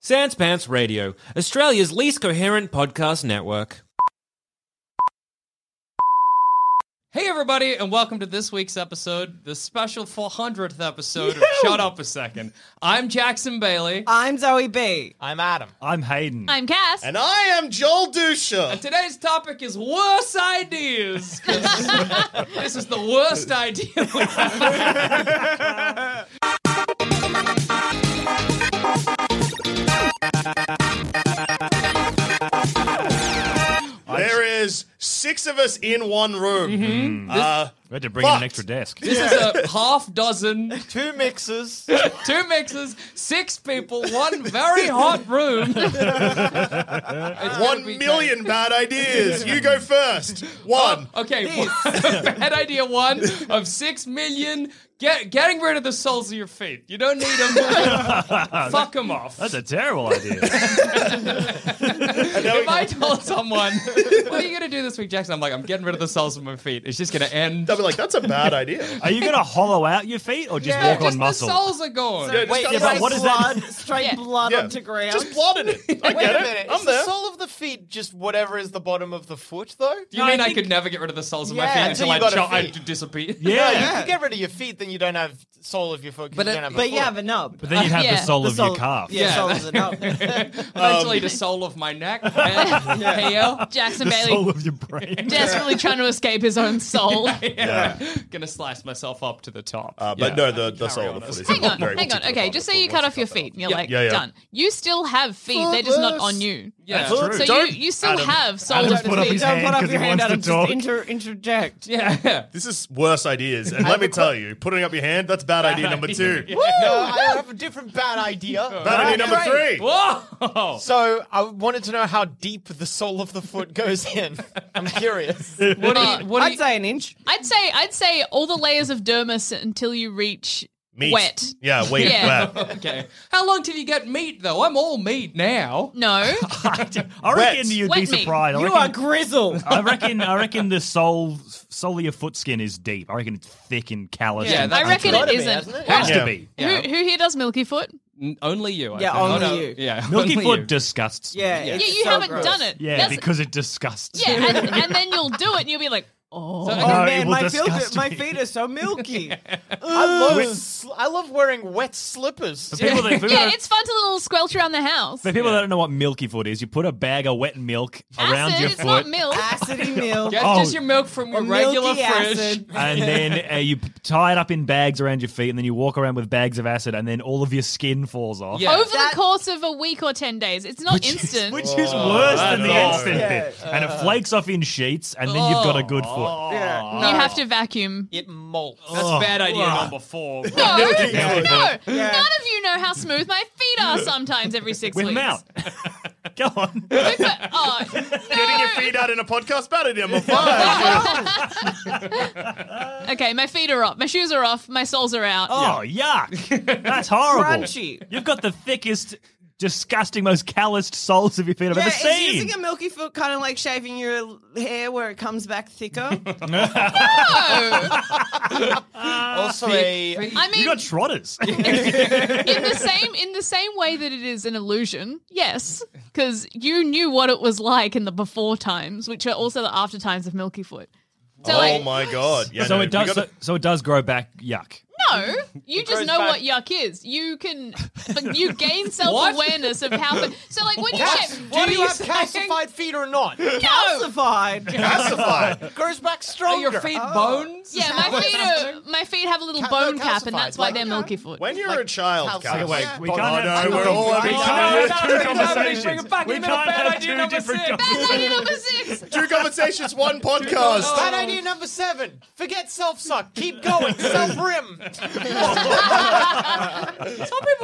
Sans Pants Radio, Australia's least coherent podcast network. Hey, everybody, and welcome to this week's episode, the special 400th episode of Shut Up a Second. I'm Jackson Bailey. I'm Zoe B. I'm Adam. I'm Hayden. I'm Cass. And I am Joel and Dusha. today's topic is worse ideas. 'cause this is the worst idea we have. There is six of us in one room. Mm-hmm. Hmm. Uh, we had to bring in Fucked. an extra desk. This is a half dozen, Two mixes. two mixes, six people, one very hot room. It's gonna one be great. million bad ideas. You go first. One. Oh, Okay, bad idea one of six million. Get getting rid of the soles of your feet. You don't need them. Fuck them off. That's a terrible idea. And now we- if I told someone, "What are you gonna do this week, Jackson?" I'm like, "I'm getting rid of the soles of my feet. It's just gonna end." They'll be like, that's a bad idea. Are you going to hollow out your feet or just Yeah, walk just on The muscle? soles are gone. Yeah, just Wait, gotta- yeah, but what is that? blood, straight Yeah. blood Yeah. onto ground. Just blotted it. I Wait a get minute. it. is I'm the there. sole of the feet just whatever is the bottom of the foot, though? Do you mean I, could never get rid of the soles of my Yeah. feet Until until, you got a I, feet. ch- I disappear? Yeah, Yeah. you can get rid of your feet, then you don't have sole of your foot. 'cause But you it- don't have a But foot. yeah, but no. But then you'd have Yeah. the sole The of sole- your calf. Yeah, Yeah. soles are not. Eventually, the sole of my neck. And hair. Jackson The sole Bailey of your brain. desperately trying to escape his own soul. Yeah. Gonna slice myself up to the top. Uh, but Yeah. no, the, the sole of the foot is Hang on, very hang on. particular Okay, part just of the say you foot cut once off your cut feet and you're Yeah, like, yeah, yeah. done. You still have feet, they're just not on you. Yeah. That's So true. you, Don't- you still Adam. have soul Adam of just put up feet. his Don't hand put up because he your hand wants out to and just talk. inter- interject. Yeah. This is worse ideas. And let me tell you, putting up your hand, that's bad idea number two. No, I have a different bad idea. Bad idea number three. Whoa! So I wanted to know how deep the sole of the foot goes in. I'm curious. What do you, what do I'd you, say an inch. I'd say I'd say all the layers of dermis until you reach Meat. wet. Yeah, wait. Yeah. Wow. okay. How long till you get meat though? I'm all meat now. No. I Wet. reckon you'd Wet be meat. surprised. I You reckon, are grizzled. I reckon. I reckon the sole, sole of your foot skin is deep. I reckon it's thick and callous. Yeah, and that- I reckon it gotta be, isn't. hasn't it? has Yeah. to be. Who, who here does Milky Foot? N- only you. I Yeah, think. only Oh, no. you. Yeah, Milky only foot you. disgusts. me. Yeah, Yeah. it's Yeah, you so haven't gross. done it. Yeah, That's- because it disgusts. yeah, me. and, and then you'll do it, and you'll be like, So, oh, okay, Oh No, it man, will my feet, disgust my me. feet are so milky. I love sl- I love wearing wet slippers. For people, that, for people yeah, that- it's fun to little squelch around the house. for people that don't know what milky foot is, you put a bag of wet milk around Acid, your it's foot, not milk. Acidy milk. Get Oh. just your milk from your Or regular milky fridge. acid. and then uh, you p- tie it up in bags around your feet, and then you walk around with bags of acid, and then all of your skin falls off. Yeah. Over That- the course of a week or 10 days. It's not instant. Which is worse than the that's instant bit. And it flakes off in sheets, and then you've got a good Oh. foot. Oh. Yeah. You have to vacuum. It molts. That's bad idea number four. No, no, Yeah. none of you know how smooth my feet are sometimes every six With weeks. them out. Go on. But- oh, Getting your feet out in a podcast, bad idea number five. okay, my feet are off. My shoes Oh, are off. My soles are out. Oh, yuck. That's horrible. Crunchy. You've got the thickest disgusting, most calloused soles of your feet I've Yeah, ever is seen. using a milky foot kind of like shaving your hair where it comes back thicker? also a I mean, you got trotters. in the same in the same way that it is an illusion, yes, because you knew what it was like in the before times, which are also the after times of Milky Foot. So oh like, my god! Yeah, so no, it we does. gotta- so, so it does grow back. Yuck. no, you just goes know back- what yuck is. You can, but you gain self awareness of how. the- So like when you shave, do you have saying? calcified feet or not? It Calcified. Calcified. grows back Are stronger. your feet bones? Yeah, my feet are my feet have a little Ca- no, bone cap, and calcified. that's why Like, they're you know, milky foot. when you're a child, Calcified. Calcified. Wait, we can't oh, have- no, we're all having We time. can't have two conversations. Bring it back We in the middle. can't Bad have idea two number different six. That's idea number six. Two conversations, one podcast. Bad idea number seven. Forget self suck. Keep going. self rim. Some people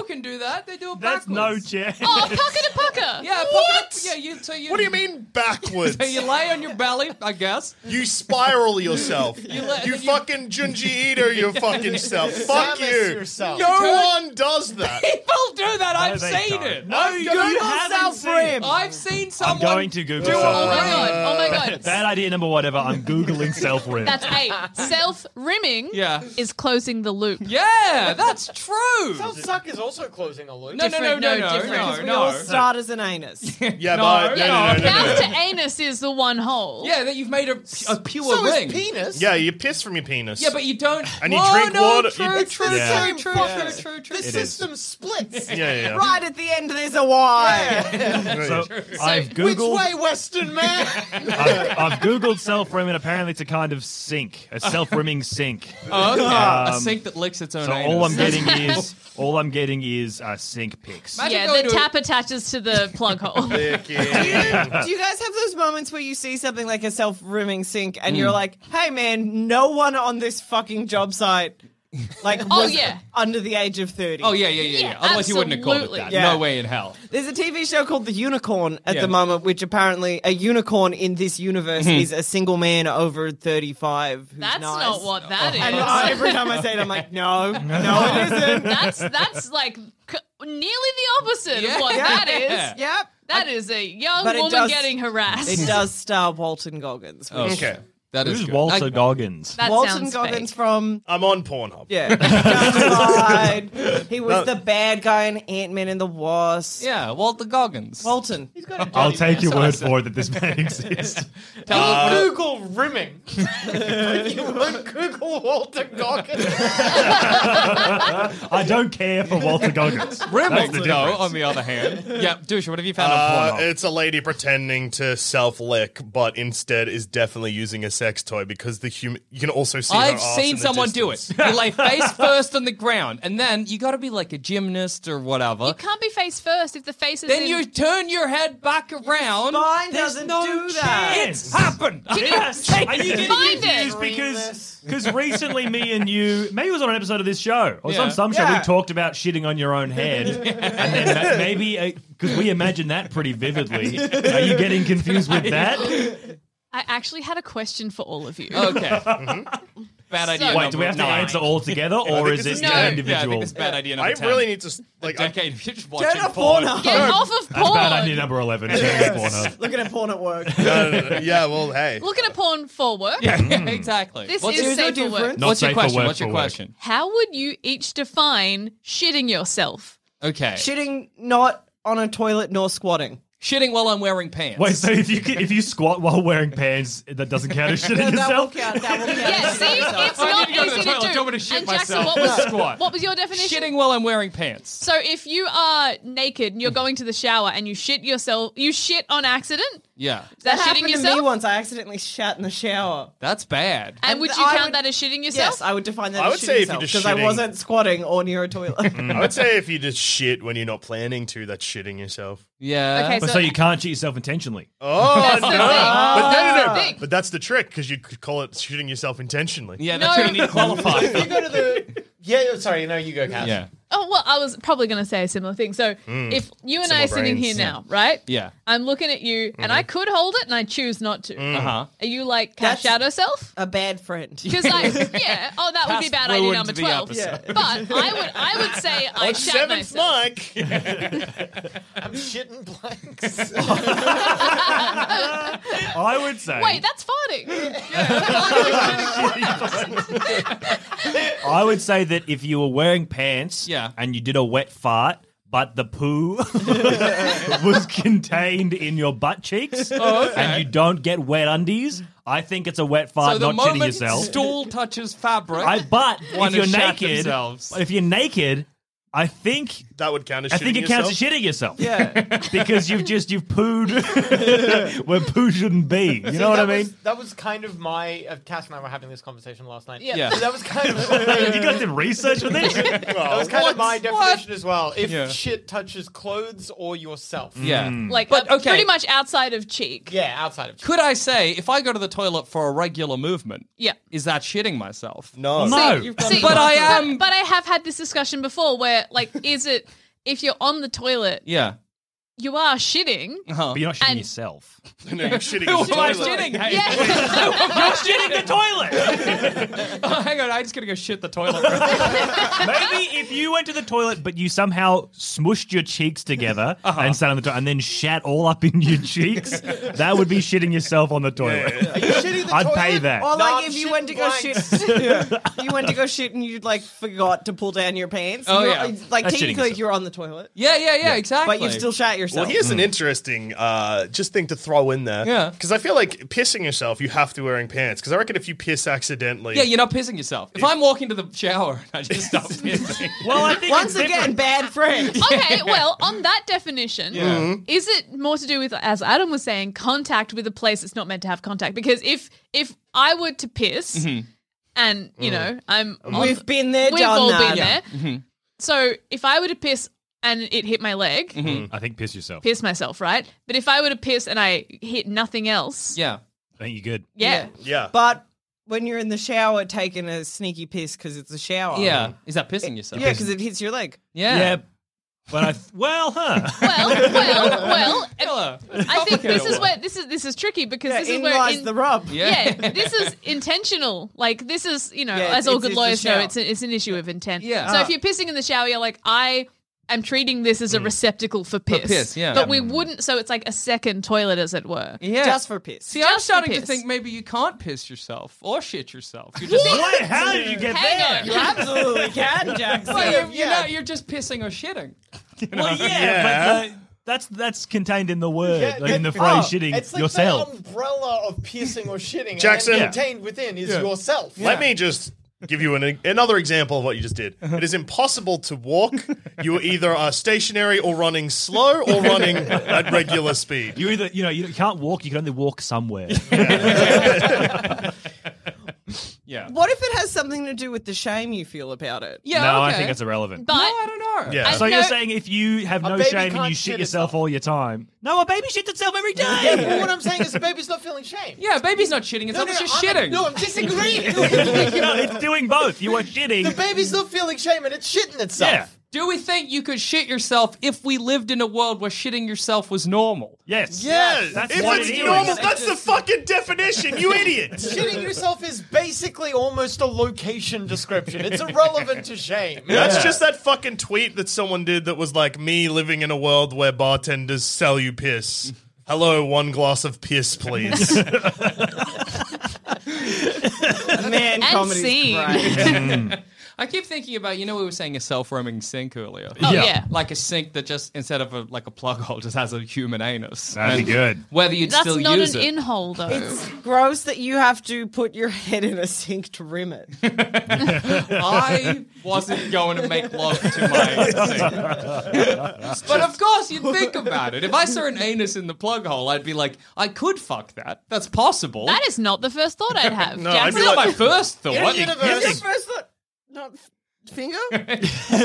can do that. They do it That's backwards. no chance. Oh, pucker to pucker. Yeah, what? Yeah, you, so you. What do you mean backwards? So you lay on your belly, I guess. You spiral yourself. you let- you- fucking Junji Ito your fucking self. Fuck Samus you. yourself. No one does that. People do that. I've they seen don't. it. No, I've you done- haven't seen rim. it. I've seen someone. I'm going to Google. do it self-rim. Oh my already. god. Oh my god. Bad idea number whatever. I'm googling self rim. That's eight. Self rimming Yeah. is closing the loop. Yeah, that's true. Self suck is also closing a loop. No, no, no, different, no, no, no, different. no, Because no. We all start as an anus. Yeah, No, but no, no, no, no, Mouth no. to anus is the one hole. Yeah, that you've made a, a pure So ring. is penis. Yeah, you piss from your penis. Yeah, but you don't. And you Whoa, drink no, water- True, you- true, It's true, the true, same true, fucker. true, true, The system splits. yeah, yeah. Right at the end, there's a Y. so I've Which googled. way, Western man? I've, I've googled self rim, and apparently it's a kind of sink, a self rimming sink. Um, Oh, okay. a sink that licks its own So anus. all I'm getting is all I'm getting is uh, sink pics. Imagine Yeah, going the to a- tap attaches to the plug hole. Do you guys have those moments where you see something like a self rimming sink and Hmm. you're like, hey man, no one on this fucking job site like Oh, was yeah. under the age of 30. Oh yeah, yeah, yeah, yeah. Yeah, Otherwise, you wouldn't have called it absolutely. that. Yeah. No way in hell. There's a TV show called The Unicorn at Yeah. Mm-hmm. the moment, which apparently a unicorn in this universe is a single man over 35. Who's That's nice. not what that is. And I- every time I say it, I'm like, no, no, it isn't. that's that's like c- nearly the opposite Yeah. of what that Yeah. is. Yep. That is a young But it woman does- getting harassed. It does star Walton Goggins. which- Okay. That is Who's good. Walter I- Goggins? That Walton sounds Goggins fake. from I'm on Pornhub. Yeah. Justified. He was the bad guy in Ant Man and the Wasp. yeah, Walter Goggins. Bolton. I'll take your word for it that this man exists. Uh, Tell him- Google rimming. If you want Google Walter Goggins. I don't care for Walter Goggins. Rimmel, That's the though, difference. on the other hand. yeah, douche, what have you found Uh, on Pornhub? it's a lady pretending to self lick, but instead is definitely using a sex toy because the human. You can also see. her I've ass in seen the someone distance. do it. You lay face first on the ground, and then you got to be like a gymnast or whatever. You can't be face first if the face is Then in- you turn your head back around. Mine There's doesn't no do that. It's happened. Yes. Are you getting Find it. confused because because recently me and you maybe it was on an episode of this show or it was Yeah. on some show Yeah. we talked about shitting on your own head and then ma- maybe because we imagine that pretty vividly. Are you getting confused with that? I actually had a question for all of you. Okay. Bad idea. So- Wait, do we have to number answer nine. all together or is this it is- No. an Yeah, I think individual? it's bad idea I number 10. really need to s- like. I, Decade of just Turn watching off porn. Pornhub. Get off of porn. That's bad idea number eleven. It's gonna be Pornhub. Looking at porn at work. no, no, no, no. yeah, well, hey. Look at a porn for work. Yeah, exactly. This What's is your- safer work. Not What's your safe for question? work What's your for work. question? How would you each define shitting yourself? Okay. Shitting not on a toilet nor squatting. Shitting while I'm wearing pants. Wait, so if you if you squat while wearing pants, that doesn't count as shitting yourself. That will count. Yeah, see, it's I not need to go to the easy toilet. do. Don't want to shit and Jackson, myself. what was Squat. what was your definition? Shitting while I'm wearing pants. So if you are naked and you're going to the shower and you shit yourself, you shit on accident. Yeah. Is That that, shitting happened yourself? to me once. I accidentally shat in the shower. That's bad. And, And would you I count would- that as shitting yourself? Yes, I would define that I as would shitting say if you yourself just because I shitting- wasn't squatting or near a toilet. Mm. I would say if you just shit when you're not planning to, that's shitting yourself. yeah. Okay, But Oh, so you can't cheat yourself intentionally. Oh That's no! the thing. But no, no, That's no. the But that's the trick because you could call it shooting yourself intentionally. yeah, that's No. what you need to qualify. You go to the. Yeah, sorry, no, you go, Cass. yeah. Oh well, I was probably going to say a similar thing. So if you and I are Similar sitting here brains. now, right? Mm. Yeah. Mm-hmm. I'm looking at you, and I could hold it, and I choose not to. Uh-huh. Are you like cash That's- out herself? A bad friend. Because I, yeah. Oh, that would be Past bad idea ruined number the twelve. episode. But I would, I would say I shat Seventh myself. Mike. I'm shitting blanks. I would say. Wait, that's farting. I would say that if you were wearing pants Yeah. and you did a wet fart, but the poo was contained in your butt cheeks and you don't get wet undies, I think it's a wet fart, Oh, So the not shitting moment yourself. stool touches fabric, I but One if you're has shat naked, themselves. if you're naked, I think That would count as I shitting think it counts as yourself? shitting yourself. Yeah. because you've just you've pooed where poo shouldn't be. You know what I That mean? was- that was kind of my. Uh, Cass and I were having this conversation last night. Yeah. Yeah. So that was kind of. you guys did research for this? That was kind of my definition as well. If Yeah. shit touches clothes or yourself. yeah. Mm. Like, But, uh, okay. pretty much outside of cheek. Yeah, outside of shit. Could I say if I go to the toilet for a regular movement? Yeah. Is that shitting myself? No. no. See, But I am- But, but I have had this discussion before, where like, is it if you're on the toilet, Yeah. you are shitting? But you're not shitting And- yourself. No, you're shitting Uh-huh. Who am I yourself. shitting? Hey, Yeah. you're shitting the toilet. oh, hang on, I just gotta go shit the toilet. breath. Maybe if you went to the toilet, but you somehow smushed your cheeks together Uh-huh. and sat on the toilet and then shat all up in your cheeks, that would be shitting yourself on the toilet. Shitting the I'd toilet? pay that. Or I'm like if you went to go shitting shit, you went to go shit and you like forgot to pull down your pants. Oh, You're- yeah. like That's shitting technically yourself. you're on the toilet, yeah, yeah, yeah, exactly. but you've still shat yourself. Well, here's an interesting uh, just thing to throw in there. Yeah. Because I feel like pissing yourself, you have to be wearing pants. Because I reckon if you piss accidentally. Yeah, you're not pissing yourself. If I'm walking to the shower and I just stop pissing. Well, I think it's Once again, different. bad friend. Okay, well, on that definition, is it more to do with, as Adam was saying, contact with a place that's not meant to have contact? Because if if I were to piss, Mm-hmm. and you know, I'm Um, on- Mm-hmm. We've been there, we've done all that. been there. Mm-hmm. So if I were to piss and it hit my leg, Mm-hmm. I think piss yourself. piss myself, right? But if I were to piss and I hit nothing else, yeah. I think you're good. yeah. Yeah. But when you're in the shower taking a sneaky piss because it's a shower, Yeah. Is that pissing yourself? yeah, because it hits your leg. Yeah. But I, th- well, huh. Well, Uh-huh. well, well. if- Hello. I think this is where this is this is tricky because Yeah, this is in where lies in- the rub. yeah. this is intentional. Like this is, you know, Yeah, as all it's- good it's a lawyers know, shower. it's an, it's an issue of intent. Yeah. So Ah. if you're pissing in the shower, you're like, I am treating this as a receptacle for piss. Mm. piss, yeah. Mm. But we wouldn't. So it's like a second toilet, as it were. Yeah. Just for piss. See, Just I'm for starting to piss. think maybe you can't piss yourself or shit yourself. You're just Wait, how did you get Hang there? on. absolutely can, Jackson. Well, you're, you're, yeah. not, you're just pissing or shitting. Well, yeah, but uh, that's that's contained in the word, Yeah, like in the that- phrase oh, "shitting It's like yourself." the umbrella of pissing or shitting. Jackson. And Yeah. then contained within is yourself. Let me just give you an, another example of what you just did. Uh-huh. It is impossible to walk. You either are stationary or running slow or running at regular speed. You either you know you can't walk, you can only walk somewhere. Yeah. What if it has something to do with the shame you feel about it? Yeah. no, I okay. think that's irrelevant. But No, I don't know. Yeah. I so you're know- saying if you have no baby shame and you can't shit shit yourself itself. all your time? No, a baby shits itself every Yeah, day. but what I'm saying is the baby's not feeling shame. Yeah, baby's not shitting. It's No, always no, just I'm- shitting. No, I'm disagreeing. no, it's doing both. You are the shitting. baby's not feeling shame and it's shitting itself. Yeah. Do we think you could shit yourself if we lived in a world where shitting yourself was normal? Yes. Yes. That's If what it's it is. normal, that's the fucking definition, you idiot. Shitting yourself is basically almost a location description. It's irrelevant to shame. That's just that fucking tweet that someone did that was like me living in a world where bartenders sell you piss. Hello, one glass of piss, please. Man, And comedy's scene. great. I keep thinking about you know we were saying a self-roaming sink earlier. Oh, Yeah. yeah. Like a sink that just instead of a, like a plug hole just has a human anus. That'd be good. Whether you'd that's still not use an it. in-hole though. Gross that you have to put your head in a sink to rim it. I wasn't going to make love to my sink. but of course you'd think about it. If I saw an anus in the plug hole, I'd be like, I could fuck that. That's possible. that is not the first thought I'd have. No, That's I'd be Jackson. not like- my first thought. Is universe. that first thought? Not f- finger?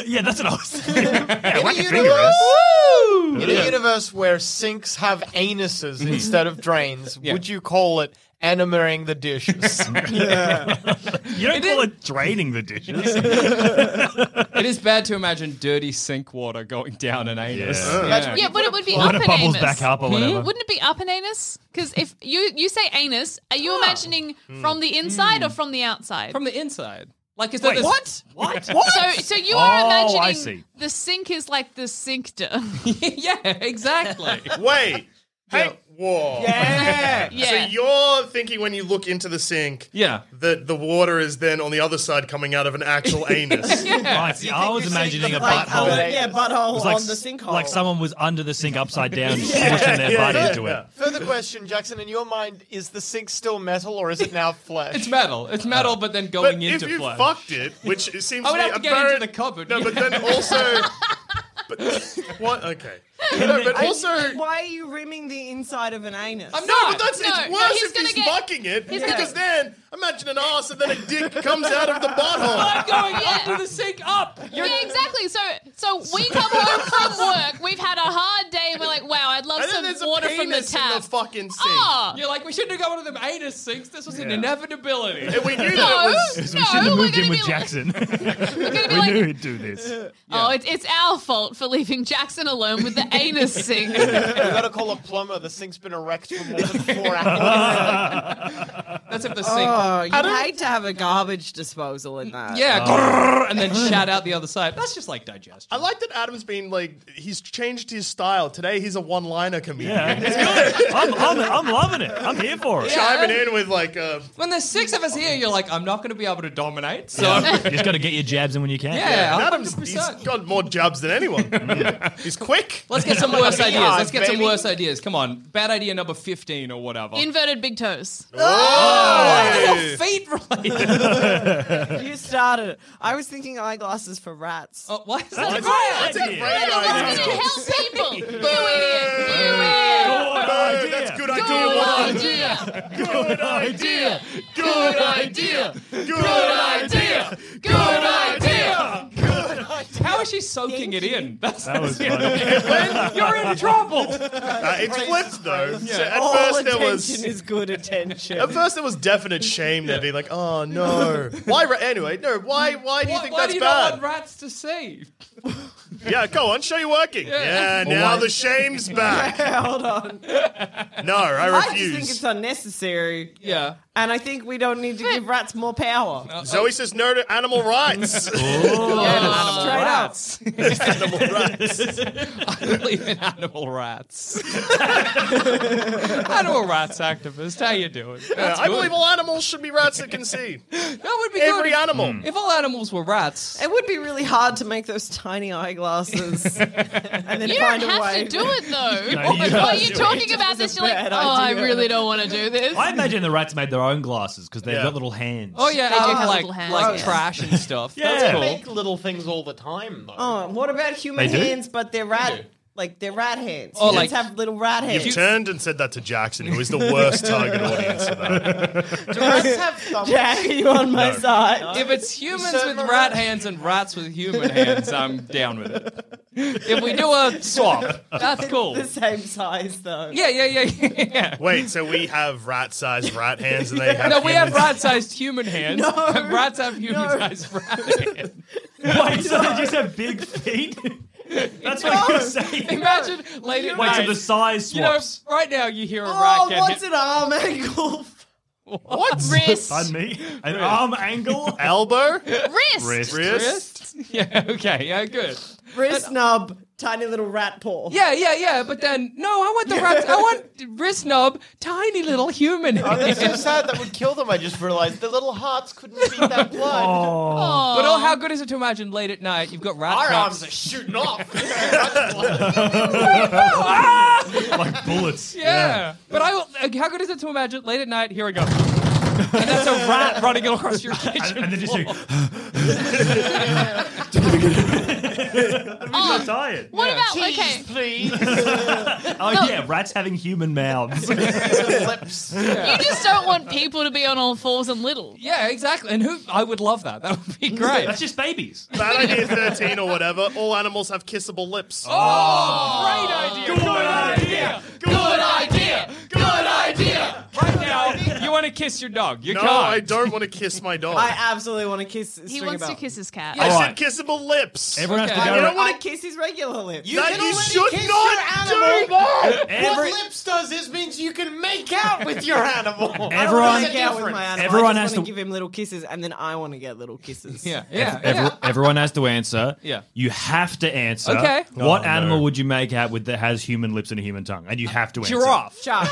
yeah, that's what I was saying. Yeah, whack In your a finger in. universe, in a universe where sinks have anuses Mm-hmm. instead of drains, would you call it animating the dishes? You don't call it draining the dishes. It is bad to imagine dirty sink water going down an anus. Yeah. Yeah. Yeah, but it would be When up it an bubbles anus. Hmm? back up or whatever. Hmm? Wouldn't it be up an anus? Because if you you say anus, are Ah. you imagining Hmm. from the inside or from the outside? From the inside. Like, is that What? What? so, so you are Oh, I imagining see. the sink is like the cincter. yeah, exactly. Wait. Hey. Whoa. Yeah. yeah. So you're thinking when you look into the sink Yeah. that the water is then on the other side coming out of an actual anus. I, see, I was imagining a Like, butthole. uh, yeah, butthole It was like, on the sinkhole. like someone was under the sink upside down, just pushing their butt into it. Further question, Jackson. In your mind, is the sink still metal or is it now flesh? It's metal. It's metal, but then going But if into you flesh. fucked it, which it seems I to would be have to a get very- into the cupboard. No, but then also. but, what? Okay. No, but I- also. why are you rimming the inside of an anus? No, but that's No, it's no, worse he's if gonna he's get- fucking it he's because gonna- then imagine an ass and then a dick comes out of the butthole. going Yeah. up to the sink up. You're yeah, exactly. So, so we come home from work. We've had a hard day, and we're like, "Wow, I'd love And then some there's a water from the penis in tap." the fucking sink. Ah. You're like, we shouldn't have gone to them anus sinks. This was an inevitability. And we knew that it no, was. no, We should have we're moved in gonna be with like- Jackson. we're gonna be we like, knew he'd do this. oh, it's, it's our fault for leaving Jackson alone with the anus sink. we gotta call a plumber. The sink's been erect for more than four hours. That's if the sink. Oh, you'd hate to have a garbage disposal in that. Oh. yeah, and then shout out the other side. That's just like digestion. I like that Adam's been like he's changed his style. Today he's a one-liner comedian. Yeah, it's good. I'm, I'm, I'm loving it. I'm here for it. Chiming in with like uh, a When there's six of us here, you're like, I'm not going to be able to dominate. So You just got to get your jabs in when you can. yeah, Adam's he's 100%. got more jabs than anyone. he's quick. Let's get some worse ideas. Let's get some baby. worse ideas. Come on. Bad idea number 15 or whatever. Inverted big toes. Oh! Oh! Your feet related. Oh! You started. I was thinking eyeglasses for rats. oh, why is That's that? a right? great idea. Great It's idea. gonna help people. You Good idiot. idea. That's good idea one. You idiot. Good idea. Good idea. Good idea. Good idea. How is she soaking it in? That's That was funny. you're in trouble. Uh, it flipped though. So at All first attention there was. is good attention. At first, there was definite shame there, being like, "Oh no, why?" Ra- anyway, no, why? Why do you Why, think why that's do you bad? not want rats to see? Yeah, go on, show you working. Yeah, now the shame's back. Hold on. No, I I just think refuse. it's unnecessary, Yeah. and I think we don't need to give rats more power. Zoe says no to animal rights. Oh. Straight rats. animal rights. believe in animal rats. animal rats activist, how you doing? That's I good. believe all animals should be rats that can see. that would be Every good. animal. If all animals were rats, It would be really hard to make those tiny eyeglasses, and then You find don't a have way. to do it though. No, you While don't you're do it. talking about this, you're like, bad oh, I idea." really don't want to do this. I imagine the rats made their own glasses because they've Yeah. got little hands. oh yeah, They do out of, have like little hands, Oh, like yeah. trash and stuff. Yeah. That's They cool. make little things all the time, though. Oh, what about human They do? hands? But they're rat, like they're rat hands. Or Or Oh, like like- have little rat hands. You've turned and said that to Jackson, who is the worst target audience for that. Do rats have thumbs? Jack, are you on my side? If it's humans said with my rat, rat- hands and rats with human hands, I'm down with it. If we do a swap, that's cool. The same size though. Yeah, yeah, yeah, yeah. Wait, so we have rat-sized rat hands and they have No, we have humans? rat-sized human hands. No. and rats have human-sized rat hands. Wait, so they just have big feet? That's what you're saying. Imagine later at Wait, so night, the size you know, swaps. right now you hear a rat Oh, get hit. what's an arm angle? What? Wrist. Pardon me? An arm angle? elbow, Wrist. Wrist. wrist. Wrist? Yeah, okay, yeah, good. Wrist nub, tiny little rat paw. Yeah, yeah, yeah, but then, no, I want the rats, I want wrist knob, tiny little human. That's so sad. That would kill them. I just realized the little hearts couldn't beat that blood. Oh, But oh, how good is it to imagine late at night you've got rat Our traps. arms are shooting off. like bullets. yeah. But I will, like, how good is it to imagine late at night, here we go. And that's a rat running across your And, kitchen. and then just like, Oh, I'm tired. what about okay? Jeez, please. Oh, yeah, rats having human mouths. Lips. You just don't want people to be on all fours and little. Yeah, exactly. And who, I would love that. That would be great. That's just babies. Bad idea 13 or whatever. All animals have kissable lips. Oh, Great idea. Good idea. Good idea. Good idea. Right now, You want to kiss your dog? You no, can't. I don't want to kiss my dog. I absolutely want to kiss. He wants to kiss his cat. I All said right. kissable lips. Everyone Okay. has to I go. don't I wanna- want to kiss his regular lips. That can you already should kiss not your animal. do that. Every- what lips does is means you can make out with your animal. I don't wanna Everyone- make out with my animal. Everyone I has just want to- give him little kisses, and then I want to get little kisses. Yeah, yeah, Uh, Every- yeah. Everyone has to answer. Yeah. You have to answer. Okay. What Oh, no. animal would you make out with that has human lips and a human tongue? And you have to answer. Giraffe. Shark.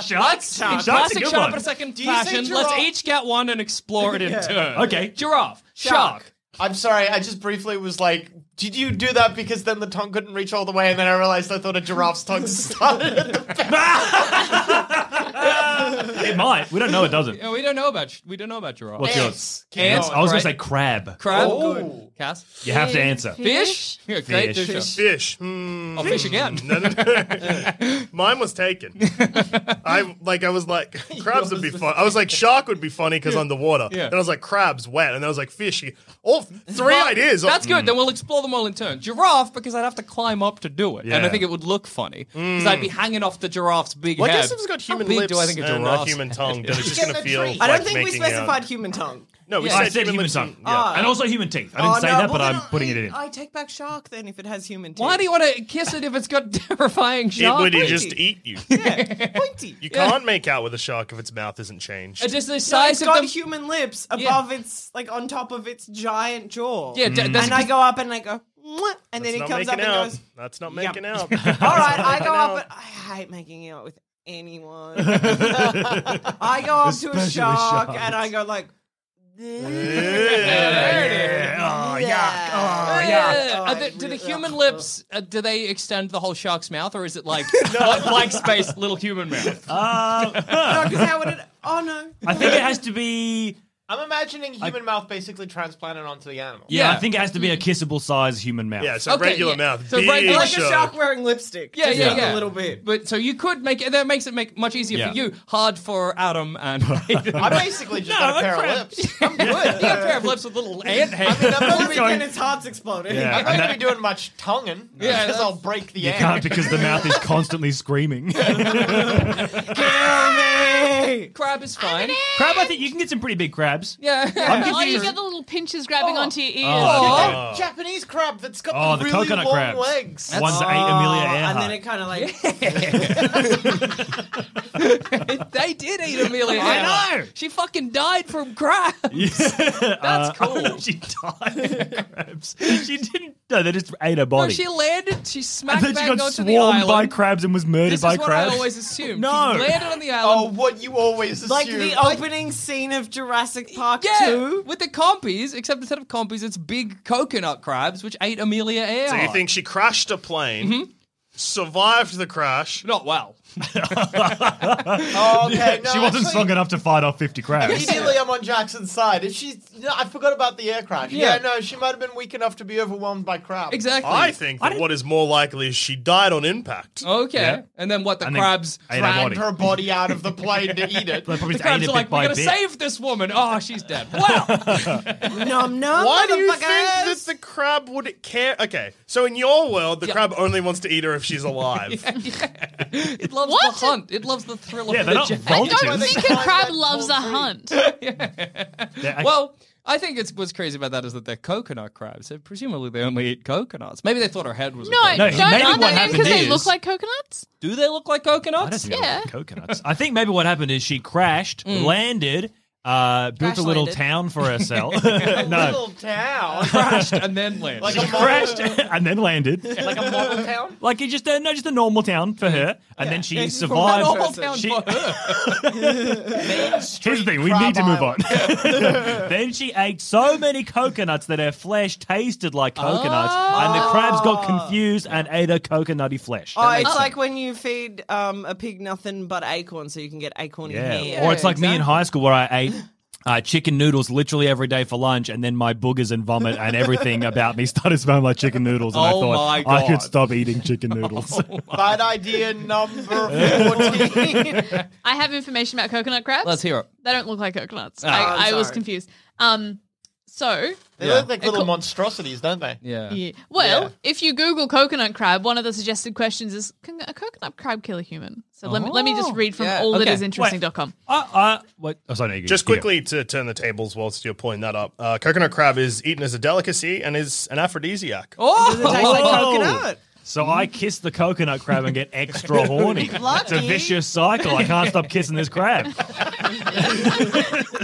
Sharks? Shark. Sharks Classic a good shark one. second you say fashion. giraffe? Let's each get one and explore it in turn. Okay. Giraffe. Shark. I'm sorry, I just briefly was like, did you do that because then the tongue couldn't reach all the way, and then I realized I thought a giraffe's tongue started at the back. It might. We don't know. It doesn't. Yeah, we don't know about sh- we don't know about giraffe. What's Ants. yours? Ants, I was going to right. say crab. Crab. Oh. Good. Cass. You have to answer. Fish. Yeah, great. Fish. Fish. Fish. Hmm. Oh, fish again. No, no, no. Mine was taken. I like. I was like, crabs would be fun. I was like, shark would be funny because underwater. Yeah. And I was like, crabs wet. And I was like, fish. All three Well, ideas. That's good. Then we'll explore them all in turn. Giraffe, because I'd have to climb up to do it, and I Yeah. think it would look funny because I'd be hanging off the giraffe's big Mm. Well, I head. guess if it's got human How big lips do I think a and giraffe's a human head tongue, then it's just Get going to the feel. tree. Like I don't think we making out. specified human tongue. No, we I said, said human lips tongue. and- Ah. Yeah. And also human teeth. I didn't Oh, say that, but well, I'm then I- putting it in. I take back shark then if it has human teeth. Why do you want to kiss it if it's got terrifying It sharp? would teeth? just eat you. Yeah, pointy. You Yeah. can't make out with a shark if its mouth isn't changed. Uh, Does the No, it's size got of the human lips Yeah. above its like on top of its giant jaw. yeah, d- does and I go up and I go, "Mwah," and then That's he not comes up making and out. goes, That's not Yep. making out. "All right." I go up, and I hate making out with anyone. I go up to a Especially shark sharks. and I go like, "This." Yeah. Oh, yuck. Oh, yuck. Uh, are the- do the human lips uh, do they extend the whole shark's mouth or is it like like blank space little human mouth? Uh, No, 'cause how would it? Oh no. I think it has to be. I'm imagining human mouth basically transplanted onto the animal. Yeah, Yeah. I think it has to be a kissable size human mouth. yeah, so Okay, regular yeah. mouth. So big regular- like shark. a shark wearing lipstick. Yeah, just yeah, like yeah. A little bit. But so you could make it that makes it make much easier for Yeah. you. Hard for Adam and I Hayden. basically just got a pair of lips. I'm good. you got a pair of lips with little ant I mean, heads. I'm not gonna be- Then its heart's exploding. Yeah. I'm not going to be doing much tonguing Yeah, because I'll break the You air. can't because the mouth is constantly screaming. Kill me. Crab is fine. Crab, I think you can get some pretty big crabs. Yeah. I'm Oh, you confused. get the little pinches grabbing onto your ears. Oh, okay. That Japanese crab that's got Oh, the the really coconut long crabs. Oh. legs. Oh, One's ate Amelia Earhart. and then it kind of like they did eat Amelia. I Earhart. know. She fucking died from crab. That's cool. Uh, oh, she died of crabs. She didn't. No, they just ate her No, body. she landed. She and smacked then back she got onto the island. swarmed by crabs and was murdered this is by what crabs. I always assumed. No. She landed on the Oh, island. what you always assume. like the opening scene of Jurassic Park yeah, 2. with the compies, except instead of compies, it's big coconut crabs, which ate Amelia Earhart. Mm-hmm. So you think she crashed a plane, survived the crash? Not well. Oh, okay, no, she wasn't actually, strong enough to fight off 50 crabs. Immediately, I'm on Jackson's side. If she's, no, I forgot about the air crash. Yeah. Yeah. no, she might have been weak enough to be overwhelmed by Oh. crab. Exactly. I think that what is more likely is she died on impact. Okay. Yeah. And then what? The And then crabs. ate her Dragged body. her body out of the plane to eat it. They probably just The ate crabs it are bit like, we're by gonna bit. save this woman. Oh, she's dead. Wow. Nom nom, Why do you think motherfuckers. that the crab would care? Okay, so in your world, the crab only wants to eat her if she's alive. it loves What? the hunt. It loves the thrill Yeah, of they're the not chase. I vultures. don't think a crab loves a hunt. They're act- Well, I think it's what's crazy about that is that they're coconut crabs. So presumably they only eat coconuts. Maybe they thought her head was. a No, coconut. No, don't he- maybe aren't what they named happened because they look is- like coconuts? Do they look like I don't coconuts? think they Yeah. like coconuts. I think maybe what happened is she crashed, Mm. landed, uh, built Crash a little landed. town for herself. no, Little town, Crashed and then landed. like a crashed and then landed. like a model town. Like it just a, no, just a normal town for her, and then she survived. normal town She- for her. Here's the thing: we Crab need to move on. Island. then she ate so many coconuts that her flesh tasted like coconuts, and the crabs got confused and ate her coconutty flesh. Oh, it's like when you feed um, a pig nothing but acorns so you can get acorny yeah. hair. or it's like me in high school where I ate. Uh, chicken noodles literally every day for lunch, and then my boogers and vomit and everything about me started smelling like chicken noodles. And Oh I my thought I God. could stop eating chicken noodles. Bad idea number fourteen. I have information about coconut crabs. Let's hear it. They don't look like coconuts. I, I was confused. Um, So, They look like little monstrosities, don't they? Yeah. yeah. well, Yeah. if you Google coconut crab, one of the suggested questions is Can a coconut crab kill a human? So let, me, let me just read from Yeah. all Oh, Okay. that is interesting.com. Uh, uh, what? Oh, sorry, no, you can- Just you can quickly to turn the tables whilst you're pulling that up. Uh, coconut crab is eaten as a delicacy and is an aphrodisiac. Does it taste like Whoa. coconut? So uh, I kiss the coconut crab and get extra horny. It's a vicious cycle. I can't stop kissing this crab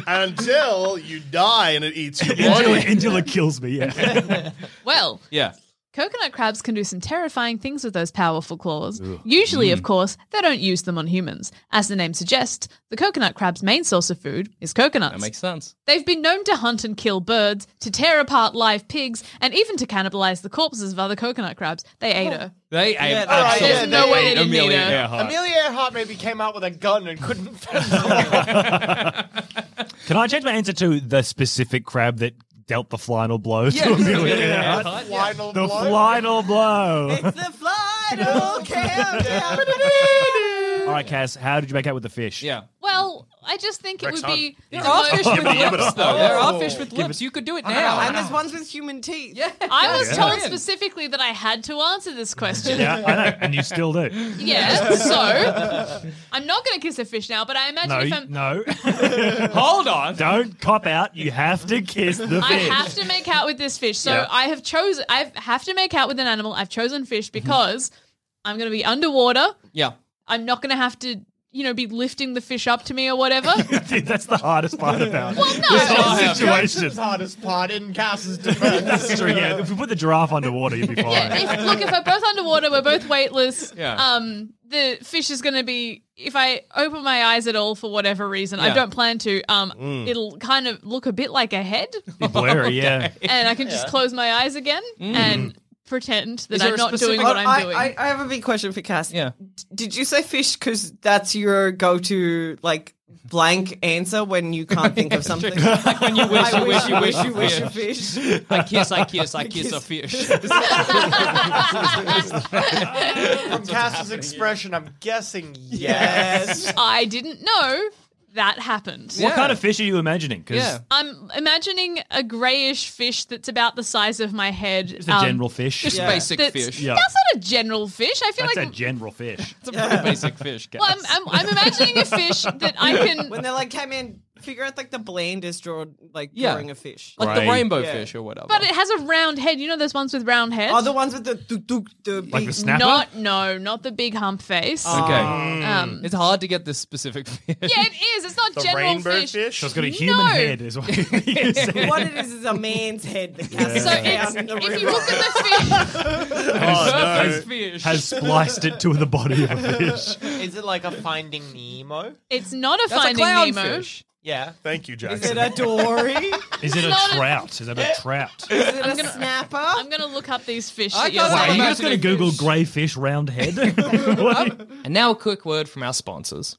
Until you die and it eats your until, body. it, until it kills me. Yeah. Well, Yeah. Coconut crabs can do some terrifying things with those powerful claws. Usually, of course, they don't use them on humans. As the name suggests, the coconut crab's main source of food is coconuts. That makes sense. They've been known to hunt and kill birds, to tear apart live pigs, and even to cannibalize the corpses of other coconut crabs. They ate her. They yeah, all right, absolutely yeah, no way ate they didn't need Amelia her. Earhart. Amelia Earhart maybe came out with a gun and couldn't fence it. Can I change my answer to the specific crab that dealt the final blow? to Amelia Earhart? Final The blow. final blow. It's the final countdown. All right, Cass, how did you make out with the fish? Yeah. Well, I just think it would be. There are the fish most- with lips, oh, though. There are fish with lips. You could do it now. and there's ones with human teeth. Yeah. I was told Yeah. specifically that I had to answer this question. Yeah, I know, and you still do. Yeah, so I'm not going to kiss a fish now, but I imagine No, if you- I'm. no, Hold on. don't cop out. You have to kiss the fish. I have to make out with this fish. So Yeah. I have chosen. I have to make out with an animal. I've chosen fish Mm-hmm. because I'm going to be underwater. Yeah. I'm not going to have to, you know, be lifting the fish up to me or whatever. Dude, that's the hardest part about well, no. this whole Yeah. situation. Jackson's hardest part in Cass's defense. That's true. Yeah, if we put the giraffe underwater, you'd be fine. if, look, if we're both underwater, we're both weightless. Yeah. Um, the fish is going to be. If I open my eyes at all for whatever reason, I Yeah. don't plan to. Um, it'll kind of look a bit like a head, Be blurry, Mm. yeah. Mm. and I can just close my eyes again and pretend that Is there I'm a not doing specific- what I, I'm doing. I, I have a big question for Cass. Yeah. Did you say fish because that's your go to, like, blank answer when you can't think of something? like when you wish, I you wish, you I wish, wish, you wish a fish. I kiss, I kiss, I kiss a fish. From Cass's expression, I'm guessing yes. Yes. I didn't know that happened. What kind of fish are you imagining? Because Yeah. I'm imagining a greyish fish that's about the size of my head. it's a um, general fish. Just Yeah. basic that's- fish. Yeah. That's not a general fish. I feel That's a like general fish. It's a pretty basic fish, guys. well, I'm, I'm, I'm imagining a fish that I can. when they're like, hey, man, figure out, like, the blandest draw, like, Yeah. drawing a fish. like Right. the rainbow Yeah. fish or whatever. But it has a round head. You know those ones with round heads. Oh, the ones with the the, the, the Like the big- Oh. snapper? Not no, not the big hump face. okay. Um, It's hard to get this specific fish. yeah, it is. It's not The general rainbow fish. fish. so it's got a human No. head as well. what it is is a man's head that Cass So it's, found in the if river. you look at the fish, Oh, Surface no. fish. Has spliced it to the body of a fish. Is it like a Finding Nemo? it's not a That's Finding a clownfish. Nemo. Yeah. Thank you, Is it Jackson. a dory? Is it a Not a- trout? Is it a trout? Is it a snapper? I'm gonna look up these fish. I that you're can't Wow, saying. are you Imagine just going a to Google fish. grey fish round head? What? And now a quick word from our sponsors.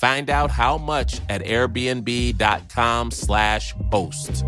Find out how much at airbnb.com slash host.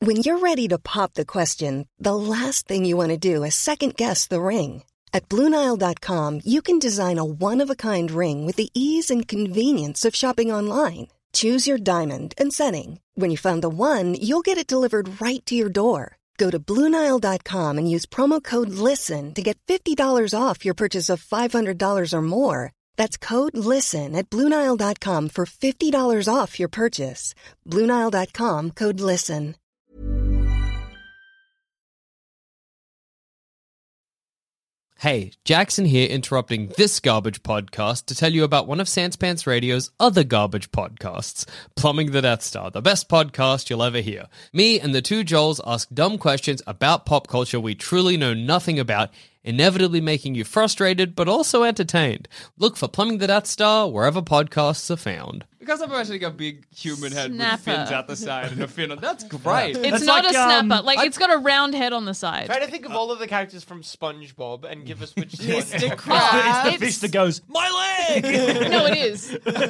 When you're ready to pop the question, the last thing you want to do is second guess the ring. At Bluenile.com, you can design a one of a kind ring with the ease and convenience of shopping online. Choose your diamond and setting. When you find the one, you'll get it delivered right to your door. Go to Bluenile.com and use promo code LISTEN to get $50 off your purchase of $500 or more. That's code LISTEN at Bluenile.com for $50 off your purchase. Bluenile.com code LISTEN. Hey, Jackson here, interrupting this garbage podcast to tell you about one of Sanspants Radio's other garbage podcasts, Plumbing the Death Star, the best podcast you'll ever hear. Me and the two Joels ask dumb questions about pop culture we truly know nothing about, inevitably making you frustrated but also entertained. Look for Plumbing the Death Star wherever podcasts are found. Because I'm imagining a big human head Snapper. with fins out the side and a fin on. That's great. It's That's not like, a um, snapper. like I- it's got a round head on the side. Try to think of all of the characters from SpongeBob and give us which Mr. It's the fish that goes, my leg! no, it is. It is- yeah,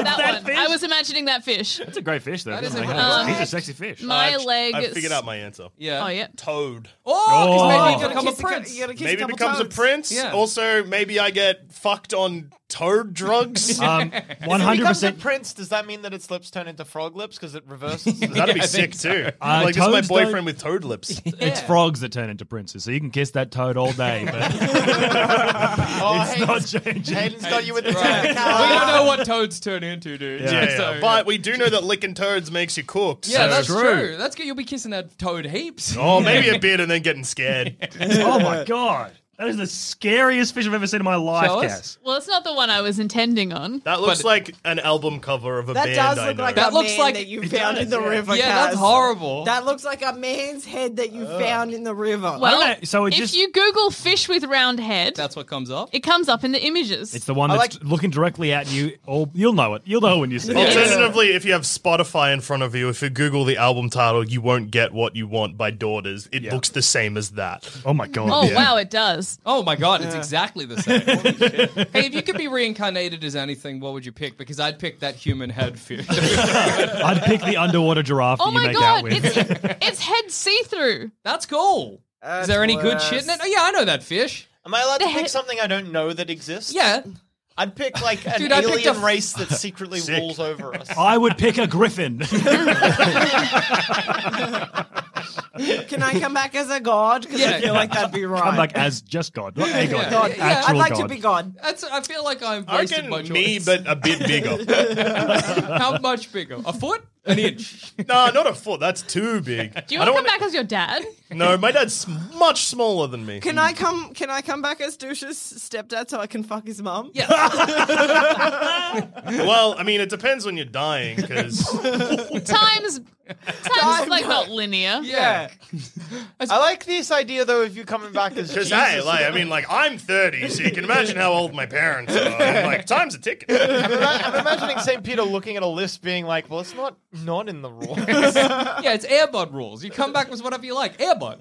that, that one. I was imagining that fish. It's a great fish, though. That It's is a like, great oh, fish. He's a sexy fish. My Uh, leg I figured out my answer. Yeah. Oh yeah. Toad. Oh, 'cause maybe Oh. you become a Kiss the gu- prince. you gotta kiss maybe couple becomes toads. a prince. Yeah. Also, maybe I get fucked on toad drugs. Um, If it becomes a 100%. prince, does that mean that its lips turn into frog lips because it reverses? That'd be sick too. Uh, like this is my toads, though- boyfriend with toad lips. It's frogs that turn into princes, so you can kiss that toad all day. But Oh, it's Hayden's- not changing. Hayden's got you with the Right. we don't know what toads turn into, dude. Yeah, yeah. So- but we do know that licking toads makes you cooked. Yeah, so- that's true. That's good. You'll be kissing that toad heaps. Oh, maybe a bit and then getting scared. oh my god, that is the scariest fish I've ever seen in my life, Show us. Cass. Well, it's not the one I was intending on. That looks like an album cover of a That band. does I look know. like a man that you found in the river. Yeah, that's Kaz. horrible. That looks like a man's head that you found in the river. Well, so it if just- you Google fish with round head, That's what comes up. it comes up in the images. It's the one I that's looking directly at you. All you'll know it. You'll know when you see it. Alternatively, if you have Spotify in front of you, if you Google the album title, you won't get what you want by Daughters. It looks the same as that. Oh my god! Oh wow, it does. Oh my god, it's exactly the same. Holy shit. Hey, if you could be reincarnated as anything, what would you pick? Because I'd pick that human head fish. I'd pick the underwater giraffe Oh that you my make out god, with. it's it's head see through. That's cool. Is there any good shit in it? Oh, yeah, I know that fish. Am I allowed to The he- pick something I don't know that exists? Yeah. I'd pick like an Dude, I picked alien a- race that secretly rules over us. I would pick a griffin. Can I come back as a god? Because Yeah. I feel like that'd be right. I'm like as just God, not a God, God, God, yeah, I'd actual like God. to be god. That's. I feel like I've I wasted reckon my choice. me, but a bit bigger. How much bigger? A foot? An inch? no, not a foot. That's too big. Do you want to come back as your dad? No, my dad's sm- much smaller than me. Can I come? Can I come back as Douche's stepdad so I can fuck his mum? Yeah. well, I mean, it depends when you're dying, because Times, times like not linear. Yeah. I like this idea though of you coming back as Jesus. hey, like, I mean, like I'm 30, so you can imagine how old my parents are. I'm like, time's a ticket. I'm, ima- I'm imagining St. Peter looking at a list being like, well, it's not not in the rules. Yeah, it's Airbud rules. You come back as whatever you like. Airbud.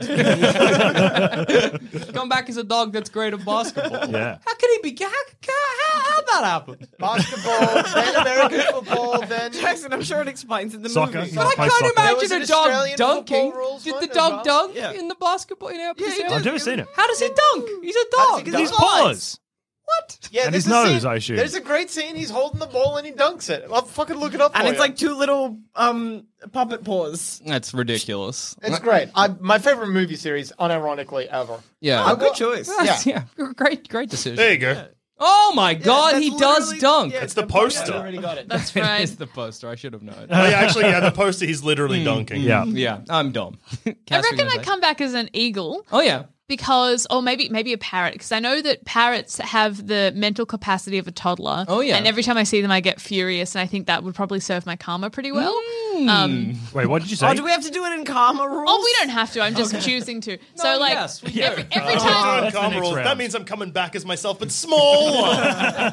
come back as a dog that's great at basketball. Yeah. How could he be? How, how, how, how'd that happen? Basketball, then American football, then Jackson, I'm sure it explains in the Soccer. movie. But I Play can't soccer. There was imagine an a dog Australian dunking. football rules Did one the as dog well? dunk Yeah. in the basketball? In our he I've did. never seen it. How does he dunk? He's a does he dog. get With his His eyes. paws. What? Yeah, And there's his a nose, scene- I assume. There's a great scene. He's holding the ball and he dunks it. I'll fucking look it up. And for it's you. like two little um puppet paws. That's ridiculous. it's great. I, my favorite movie series, unironically ever. Yeah. Oh, good choice. yeah. Yeah. Great, great decision. There you go. Oh my God, he does dunk. It's the poster. Already got it. That's It right. is the poster. I should have known. Mm, Oh, yeah, actually, yeah, the poster. He's literally dunking. Yeah. yeah, I'm dumb. I reckon I come back as an eagle Oh yeah. because, or maybe maybe a parrot because I know that parrots have the mental capacity of a toddler. Oh, yeah. and every time I see them, I get furious, and I think that would probably serve my karma pretty well. Hmm. Um, Wait, what did you say? Oh, do we have to do it in karma rules? Oh, we don't have to. I'm just choosing to. so like every, Oh, every time Doing calm rules. That means I'm coming back as myself, but small.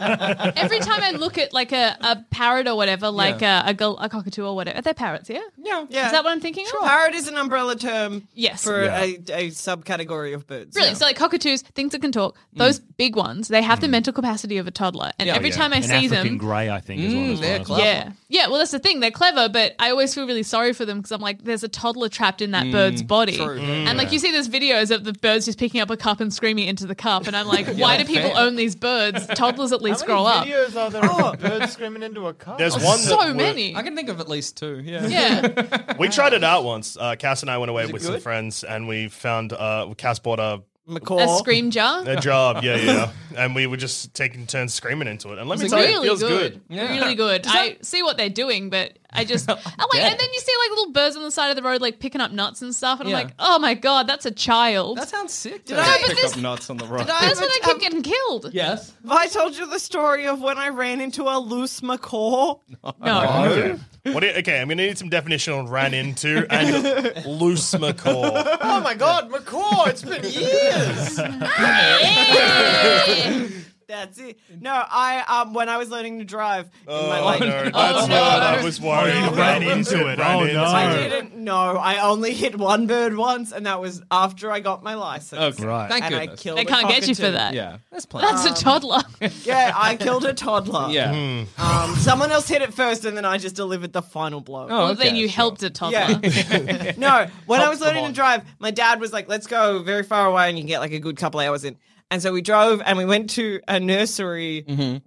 every time I look at like a, a parrot or whatever, like uh, a, a, gull- a cockatoo or whatever, are they parrots? Yeah. Yeah, yeah. Is that what I'm thinking of? Parrot is an umbrella term. Yes. for Yeah. a, a subcategory of birds. Really? So like cockatoos, things that can talk, those big ones, they have the mental capacity of a toddler, and Mm. Yeah. every Yeah. time I An see African them, grey, I think, is one Mm, as well. they're isn't it? clever. Yeah. Yeah, well, that's the thing. They're clever, but I always feel really sorry for them because I'm like, there's a toddler trapped in that Mm, bird's body. true. Mm. And like, you see those videos of the birds just picking up a cup and screaming into the cup. And I'm like, Yeah, why do people fair. own these birds? Toddlers at least How grow up. many videos are there Oh. of birds screaming into a car? There's one. Oh, So that were- many. I can think of at least two. Yeah. we tried it out once. Uh, Cass and I went away it with some good? friends, and we found uh, Cass bought a A scream jar? A job, yeah, yeah, and we were just taking turns screaming into it. And let me It's tell you, it really feels good. good. Really good. I see what they're doing, but I just I'm like, bet. oh, and then you see like little birds on the side of the road like picking up nuts and stuff, and Yeah. I'm like, oh my god, that's a child. That sounds sick. no, I but pick this, up nuts on the road? that's when I keep getting killed. Yes. Um, Have I told you the story of when I ran into a loose macaw? Okay. What? do you- okay, I'm gonna need some definition on ran into and loose macaw. Oh my god, McCaw, it's been years. That's it. No, I um when I was learning to drive in my like Oh, no, that's what I was worried Oh, you about. ran into it. Ran Oh, into no. I didn't know. I only hit one bird once, and that was after I got my license. Okay. Right. Thank and I goodness. killed They a can't get you for cockatoo. that. Yeah. that's, plenty. a toddler. yeah, I killed a toddler. Yeah. Hmm. Um, someone else hit it first, and then I just delivered the final Oh, blow. well, then you helped a toddler. Oh, Yeah. no, when I was Helped them learning to on. drive, my dad was like, let's go very far away and you can get like a good couple hours in. And so we drove and we went to a nursery. Mm-hmm.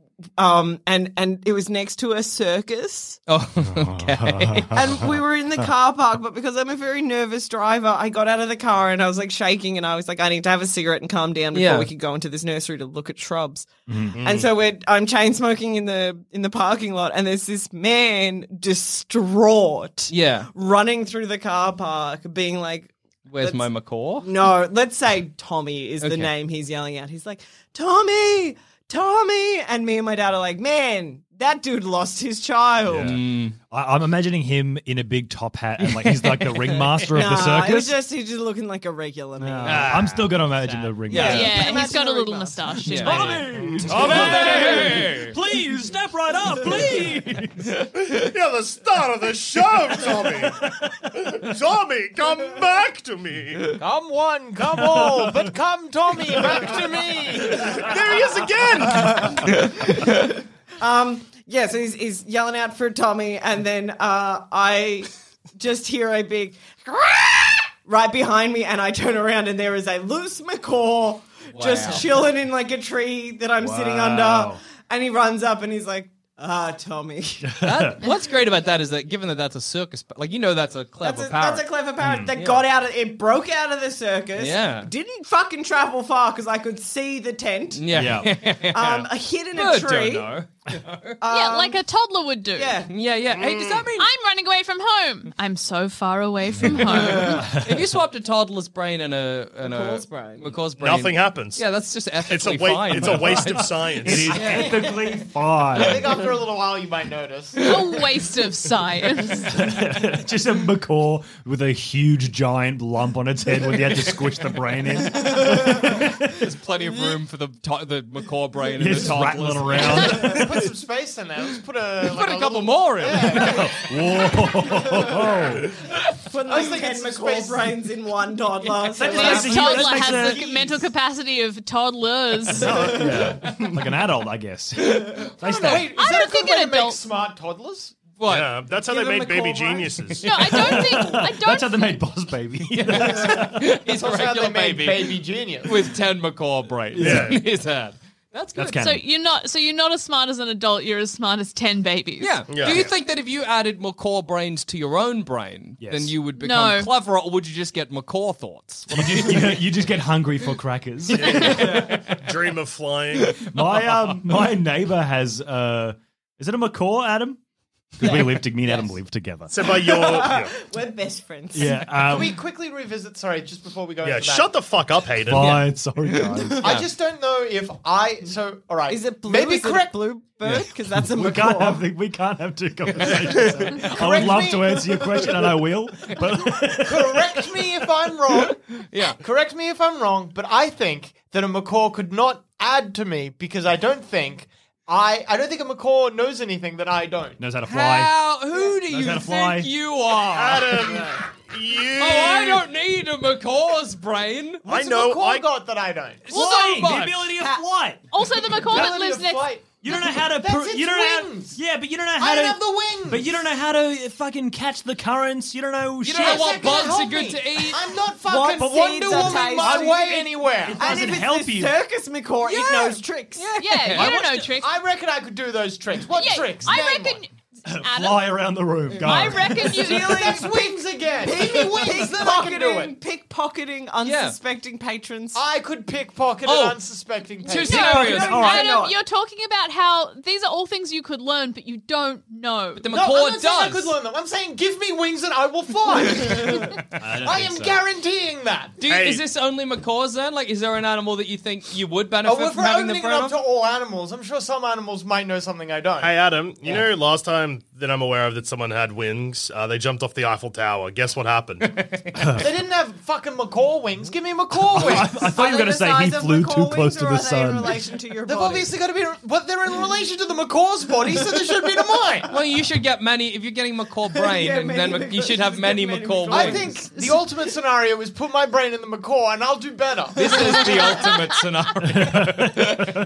Um and and it was next to a circus, Oh, okay. and we were in the car park. But because I'm a very nervous driver, I got out of the car and I was like shaking, and I was like, I need to have a cigarette and calm down before Yeah. we could go into this nursery to look at shrubs. Mhm. And so we're I'm chain smoking in the in the parking lot, and there's this man distraught, Yeah. running through the car park, being like, Where's Let's- my macaw? "No, let's say Tommy is the Okay. name he's yelling at." He's like, "Tommy, Tommy!" And me and my dad are like, "Man, that dude lost his child." Mm. I, I'm imagining him in a big top hat and like he's like the ringmaster of the Nah, circus. It was just he's just looking like a regular man. Uh, I'm still gonna imagine the yeah, ringmaster. and he's got a little moustache. Yeah. Tommy, Tommy! please step right up, please. You're the star of the show, Tommy. Tommy, come back to me. Come one, come all, but come Tommy, back to me. There he is again. Um, yeah, so he's, he's yelling out for Tommy, and then uh, I just hear a big right behind me, and I turn around, and there is a loose macaw Wow. just chilling in like a tree that I'm sitting under, Wow. and he runs up and he's like, "Ah, Tommy, That- what's great about that is that given that that's a circus, pa- like you know, that's a clever that's a, parrot. that's a clever Hmm. parrot that Mm. Yeah. got out of it, broke out of the circus, Yeah. didn't fucking travel far because I could see the tent, Yeah. um, a hid in a Bird don't tree, know. yeah, like a toddler would do. Yeah. Yeah, yeah. Hey, does that mean I'm running away from home? I'm so far away from home. if you swapped a toddler's brain and a and Macaw's a brain. Macaw's brain, Nothing happens. Yeah, that's just ethically It's a wa- fine. it's a waste of science. It is ethically I fine. think after a little while you might notice. a waste of science. just a macaw with a huge giant lump on its head where they had to squish the brain in. There's plenty of room for the to- the macaw brain and the Just toddler's. rattling around. Put some space in there. Let's put a, like Put a couple more in. Whoa. putting I was thinking like ten space- macaw brains in one toddler. so That like- just This makes toddler that has makes the mental capacity of toddlers. Yeah. Like an adult, I guess. They No, wait, stay. is I that don't a think good way an to make adult- smart toddlers? What? Yeah, that's how Give they him made a baby call, right? geniuses. No, I don't think. I don't. That's how they made Boss Baby. He's a That's how regular they made baby, baby. genius. with ten macaw brains Yeah. in his head. That's good. That's canon. so you're not. So you're not as smart as an adult. You're as smart as ten babies. yeah. Yeah. Do you Yeah. think that if you added macaw brains to your own brain, Yes. then you would become No. cleverer, or would you just get macaw thoughts? you, just, you, you just get hungry for crackers. Dream of flying. uh, my um, my neighbor has uh, is it a macaw, Adam? Because we live to, me and Adam live together. So by your- yeah. We're best friends. Yeah, Can um, we quickly revisit? Sorry, just before we go. Yeah, into that. shut the fuck up, Hayden. Fine, sorry guys. I just don't know if I. So, all right. Is it blue? Maybe Is it correct. blue bird? Because that's a we can't macaw. have the, we can't have two conversations. I would Correct love me- to answer your question, and I will. But correct me if I'm wrong. Yeah. Correct me if I'm wrong, but I think that a macaw could not add to me because I don't think I. I don't think a macaw knows anything that I don't. knows how to fly. How? Who Knows do you how to think fly. you are? Adam, you. Oh, I don't need a macaw's brain. I know. I got that I don't. So the much. ability of flight. Also, the macaw that lives next. You don't know how to. That's pro- its you don't wings. Know how, yeah, but you don't know how I don't to. have the wings. But you don't know how to fucking catch the currents. You don't know. You shit. don't know what How's that gonna bugs are help good me? to eat. I'm not What fucking seeds Wonder are Woman my tasty? way anywhere. It And doesn't if it's help this you. circus macaw, Yeah. it knows tricks. Yeah, I you don't watched know it. tricks. I reckon I could do those tricks. What yeah, tricks? I Name reckon. one. Adam, fly around the room. Go. I reckon you. That's wings again. Give me wings, then I can do Pickpocketing, it. pickpocketing, unsuspecting patrons. I could pickpocket Oh. an unsuspecting Too patient. serious. All right. Adam, not. you're talking about how these are all things you could learn, but you don't know. The No, macaw I'm not saying I does. could learn them. I'm saying give me wings and I will fly. I, don't I think am so. guaranteeing that. Do you, Hey. Is this only macaws then? Like, is there an animal that you think you would benefit Oh, well, if from we're having the opening it up brain? off? to all animals, I'm sure some animals might know something I don't. Hey Adam, you know last time that I'm aware of that someone had wings, uh, they jumped off the Eiffel Tower. Guess what happened? They didn't have fucking macaw wings. Give me macaw wings. I thought you were going to say he flew too close to the In sun. relation to your They've body? obviously got to be, but they're in relation to the macaw's body, so they should be to mine. Well, you should get many. If you're getting macaw brain, Yeah, and then many ma- you should have macaws, many many macaw macaws. I wings. think the ultimate scenario is put my brain in the macaw and I'll do better. this is the ultimate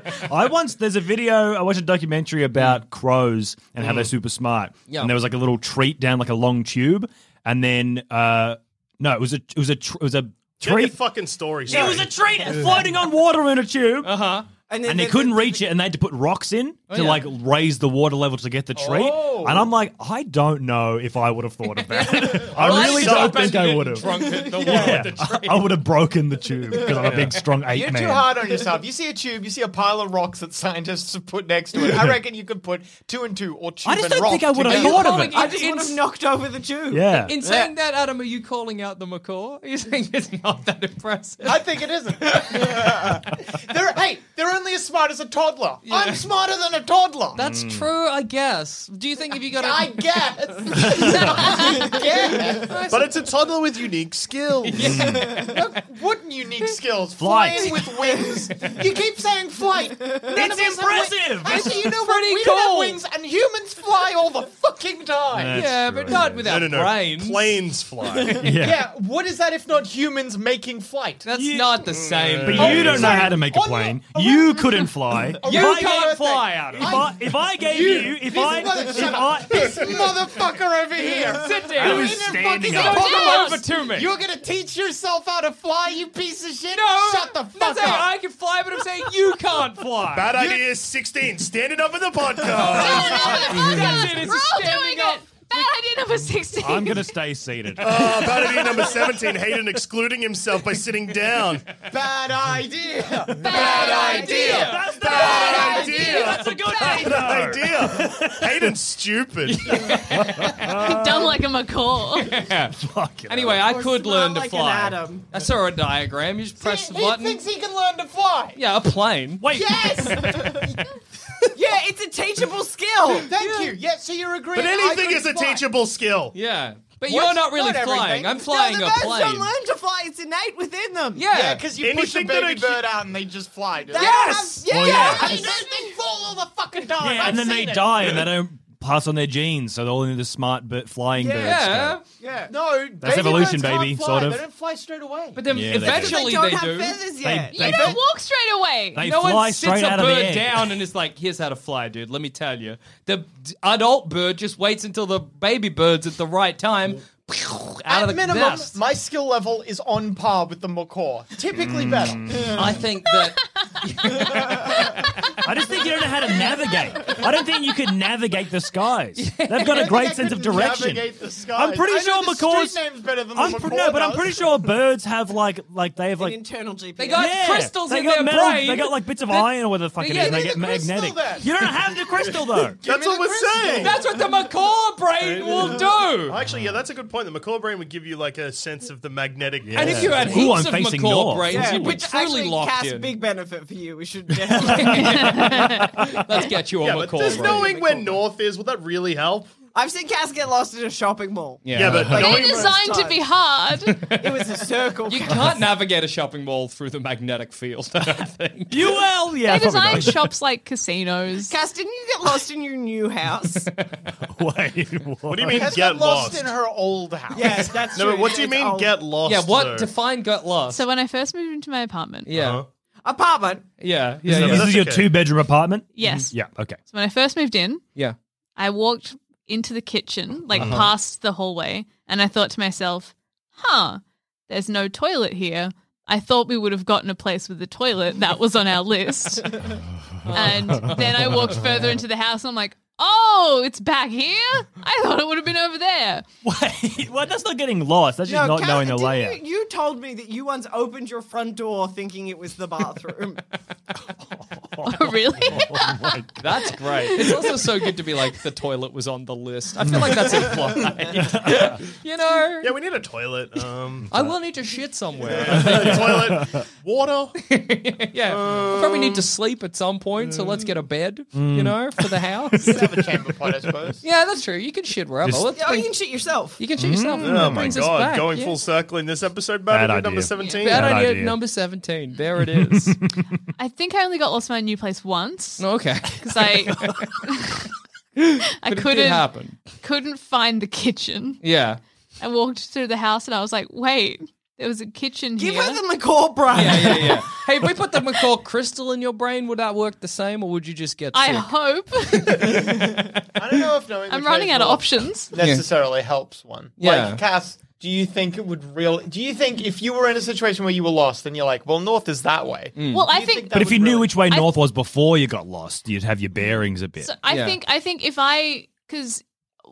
scenario. I once there's a video I watched a documentary about crows and how they're super smart. Mm. Yeah. And there was like a little treat down like a long tube, and then uh no, it was a it was a tr- it was a Get your treat. fucking story. It was a treat floating on water in a tube. Uh Uh-huh. huh. and, and they the- couldn't reach it, and they had to put rocks in Oh, to like raise the water level to get the treat. Oh. And I'm like, I don't know if I would have thought of that. I really don't think I would have. Drunk at the wall Yeah, with the I, would have broken the tube because I'm a big, strong eight You're man. too hard on yourself. You see a tube, you see a pile of rocks that scientists have put next to it. I reckon you could put two and two or tube I just and don't rock think I would have together. thought of calling it. I just would have knocked over the tube. Yeah, In saying that, Adam, are you calling out the macaw? Are you saying it's not that impressive? I think it isn't. they're, hey, they're only as smart as a toddler. I'm smarter than a toddler. That's true, I guess. Do you think if you got I a guess. I guess. but it's a toddler with unique skills. Look, what unique skills? Flight. Flying with wings. You keep saying flight. It's impressive. I see. You know what? pretty We don't have cool. wings, and humans fly all the fucking time. yeah, but not no, without no, no. brains. Planes fly. yeah. Yeah. What is that if not humans making flight? That's not the same. But Oh, you don't know sorry. how to make a On plane. your- You couldn't fly. You Why can't can't fly, they- Adam. If I, if I gave you, if This I, mother- if shut I, up. This motherfucker over here. Sit down. I was You're in a standing fucking up. pocket Come mouse. over to me. You're gonna teach yourself how to fly, you piece of shit. No, Shut the I'm fuck not saying up. I can fly, but I'm saying you can't fly. Bad idea 16. Standing up in the podcast. That's it, it's We're all standing doing up. it. Bad idea number 16. I'm gonna stay Oh, seated. Uh, bad idea number 17. Hayden excluding himself by sitting down. Bad idea. Bad idea. That's the Bad idea. That's a good Bad idea. Hayden's stupid. Dumb like a macaw. Fucking Anyway, I Or could smart learn to like an fly. atom. I saw a diagram. You just press He, the he button. thinks he can learn to fly. yeah, a plane. Wait, Yeah, it's a teachable skill. Thank you. Yeah, so you're agreeing. But anything I is a could fly. teachable skill. Yeah, but What? you're not really Not flying. everything. I'm flying no, the a birds plane. don't learn to fly. It's innate within them. Yeah, Yeah, because you push a Anything that baby a hu- bird out and they just fly. They Dude. don't Yes! have- Well, yeah, yeah. yeah. They, they fall all the fucking time. yeah, I've and then they seen it. die and they don't pass on their genes, so they're only the smart but flying birds. yeah. go. Yeah. No, That's baby evolution, birds can't baby, fly. sort of. They don't fly straight away. But then Yeah, they do. They eventually don't they, have do. feathers They- yet. they- You don't walk straight away. They no fly one sits straight a out of the bird air. down and is like, "Here's how to fly, dude. Let me tell you." The d- adult bird just waits until the baby bird's at the right time, out At of the minimum, nest. Mm. my skill level is on par with the macaw. Typically better. I think that I just think you don't know how to navigate. I don't think you could navigate the skies. They've got a great sense of direction. Navigate the skies. I'm pretty I know sure the macaws. Street name's better than the I'm pre- macaw no, but I'm does. pretty sure birds have like like they have like internal GPS. They got Yeah, crystals they in got their metal- brain. They got like bits of that- iron or whatever the fuck it Yeah, is. and They give get me the crystal magnetic. then. You don't have the crystal though. That's what we're saying. That's what the macaw brain will do. Actually, yeah, that's a good point. The macaw brain would give you like a sense of the magnetic. And if you had Ooh, heaps I'm of facing macaw north. brains, Yeah, you'd be which truly actually locked cast in. big benefit for you. We should definitely. Let's get you a yeah, but macaw just brain. knowing where north is, will that really help? I've seen cats get lost in a shopping mall. Yeah, but Like, knowing They're designed to be hard. It was a circle. You can't navigate a shopping mall through the magnetic field. I don't think. You well, yeah. they probably design shops like casinos. Cass, didn't you get lost in your new house? not. Wait, what? What do you mean Has get got lost, lost? in her old house. yes, that's no, true. but what do you It's mean old. get lost? Yeah, what though? define got lost? So when I first moved into my apartment, yeah. Uh-huh. apartment? yeah, yeah, yeah, This is your okay. two bedroom apartment. Yes. Mm, Yeah. Okay. So when I first moved in, yeah. I walked into the kitchen, like past the hallway, and I thought to myself, huh, there's no toilet here. I thought we would have gotten a place with a toilet. That was on our list. and then I walked further into the house and I'm like, oh, it's back here? I thought it would have been over there. Wait, well, that's not getting lost. That's just not Cass, knowing the didn't layout. You, you told me that you once opened your front door thinking it was the bathroom. Oh, really? That's great. It's also so good to be like the toilet was on the list. I feel like that's implied. you know, Yeah, we need a toilet. Um, I will need to shit somewhere. toilet, water. yeah, I probably need to sleep at some point. So let's get a bed. You know, for the house. Mm. Have a chamber pot, I suppose. yeah, that's true. You can shit wherever. Just- Let's oh, you bring- can shit yourself. you can shit yourself. Oh That my brings us god, back, going yeah. full circle in this episode, back Bad to number idea. 17. Bad Bad idea, idea. number 17. There it is. I think I only got lost in my new place once No, Oh, okay. because I. I But it did couldn't happen. couldn't find the kitchen. Yeah. I walked through the house and I was like, wait, there was a kitchen Give here. her the macaw brain. Yeah, yeah, yeah. hey, if we put the macaw crystal in your brain, would that work the same, or would you just get I sick? hope. I don't know if knowing. I'm which way running is out of north options. necessarily helps one. Yeah. Like Cass, do you think it would really? Do you think if you were in a situation where you were lost and you're like, well, north is that way? Mm. Well, I you think, think that Mm. But if would you knew really- which way I- north was before you got lost, you'd have your bearings a bit. so I Yeah. think I think if I because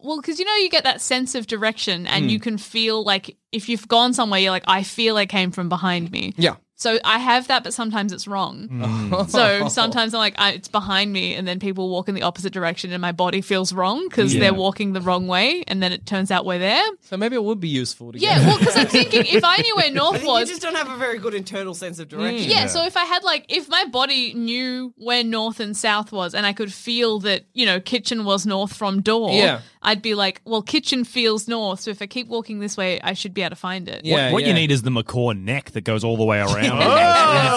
well because you know you get that sense of direction and Hmm. you can feel like if you've gone somewhere you're like I feel I came from behind me. Yeah. So I have that, but sometimes it's wrong. Mm. So sometimes I'm like, I, it's behind me, and then people walk in the opposite direction, and my body feels wrong because Yeah. they're walking the wrong way, and then it turns out we're there. So maybe it would be useful to Yeah, get. well, because I'm thinking if I knew where I north think you was, just don't have a very good internal sense of direction. Yeah, so if I had like if my body knew where north and south was and I could feel that, you know, kitchen was north from door, Yeah. I'd be like, well, kitchen feels north, so if I keep walking this way, I should be able to find it. Yeah, what what yeah. you need is the macaw neck that goes all the way around. And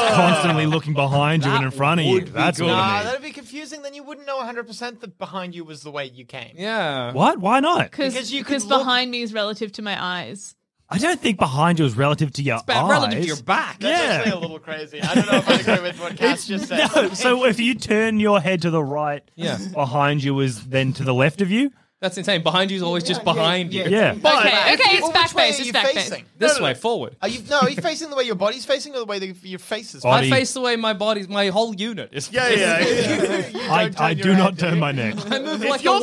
it's constantly looking behind you and in front of you. would be That's all good. you Nah, need. that'd be confusing. Then you wouldn't know 100 percent that behind you was the way you came. Yeah. What? Why not? Cause, Because you could because look- behind me is relative to my eyes. I don't think behind you is relative to your Ba- eyes. Relative to your back. That's Yeah. actually a little crazy. I don't know if I agree with what Cass just said. No, so if you turn your head to the right, Yeah. behind you is then to the left of you. That's insane. Behind you is always just behind you. Yeah. But Okay, okay, it's which back way are face, it's you back face. facing? This way, forward. Are you no? Are you facing the way your body's facing, or the way that your face is? Body. I face the way my body's, my whole unit is. Yeah, yeah, yeah. I, I do not turn my neck. I move If like you're a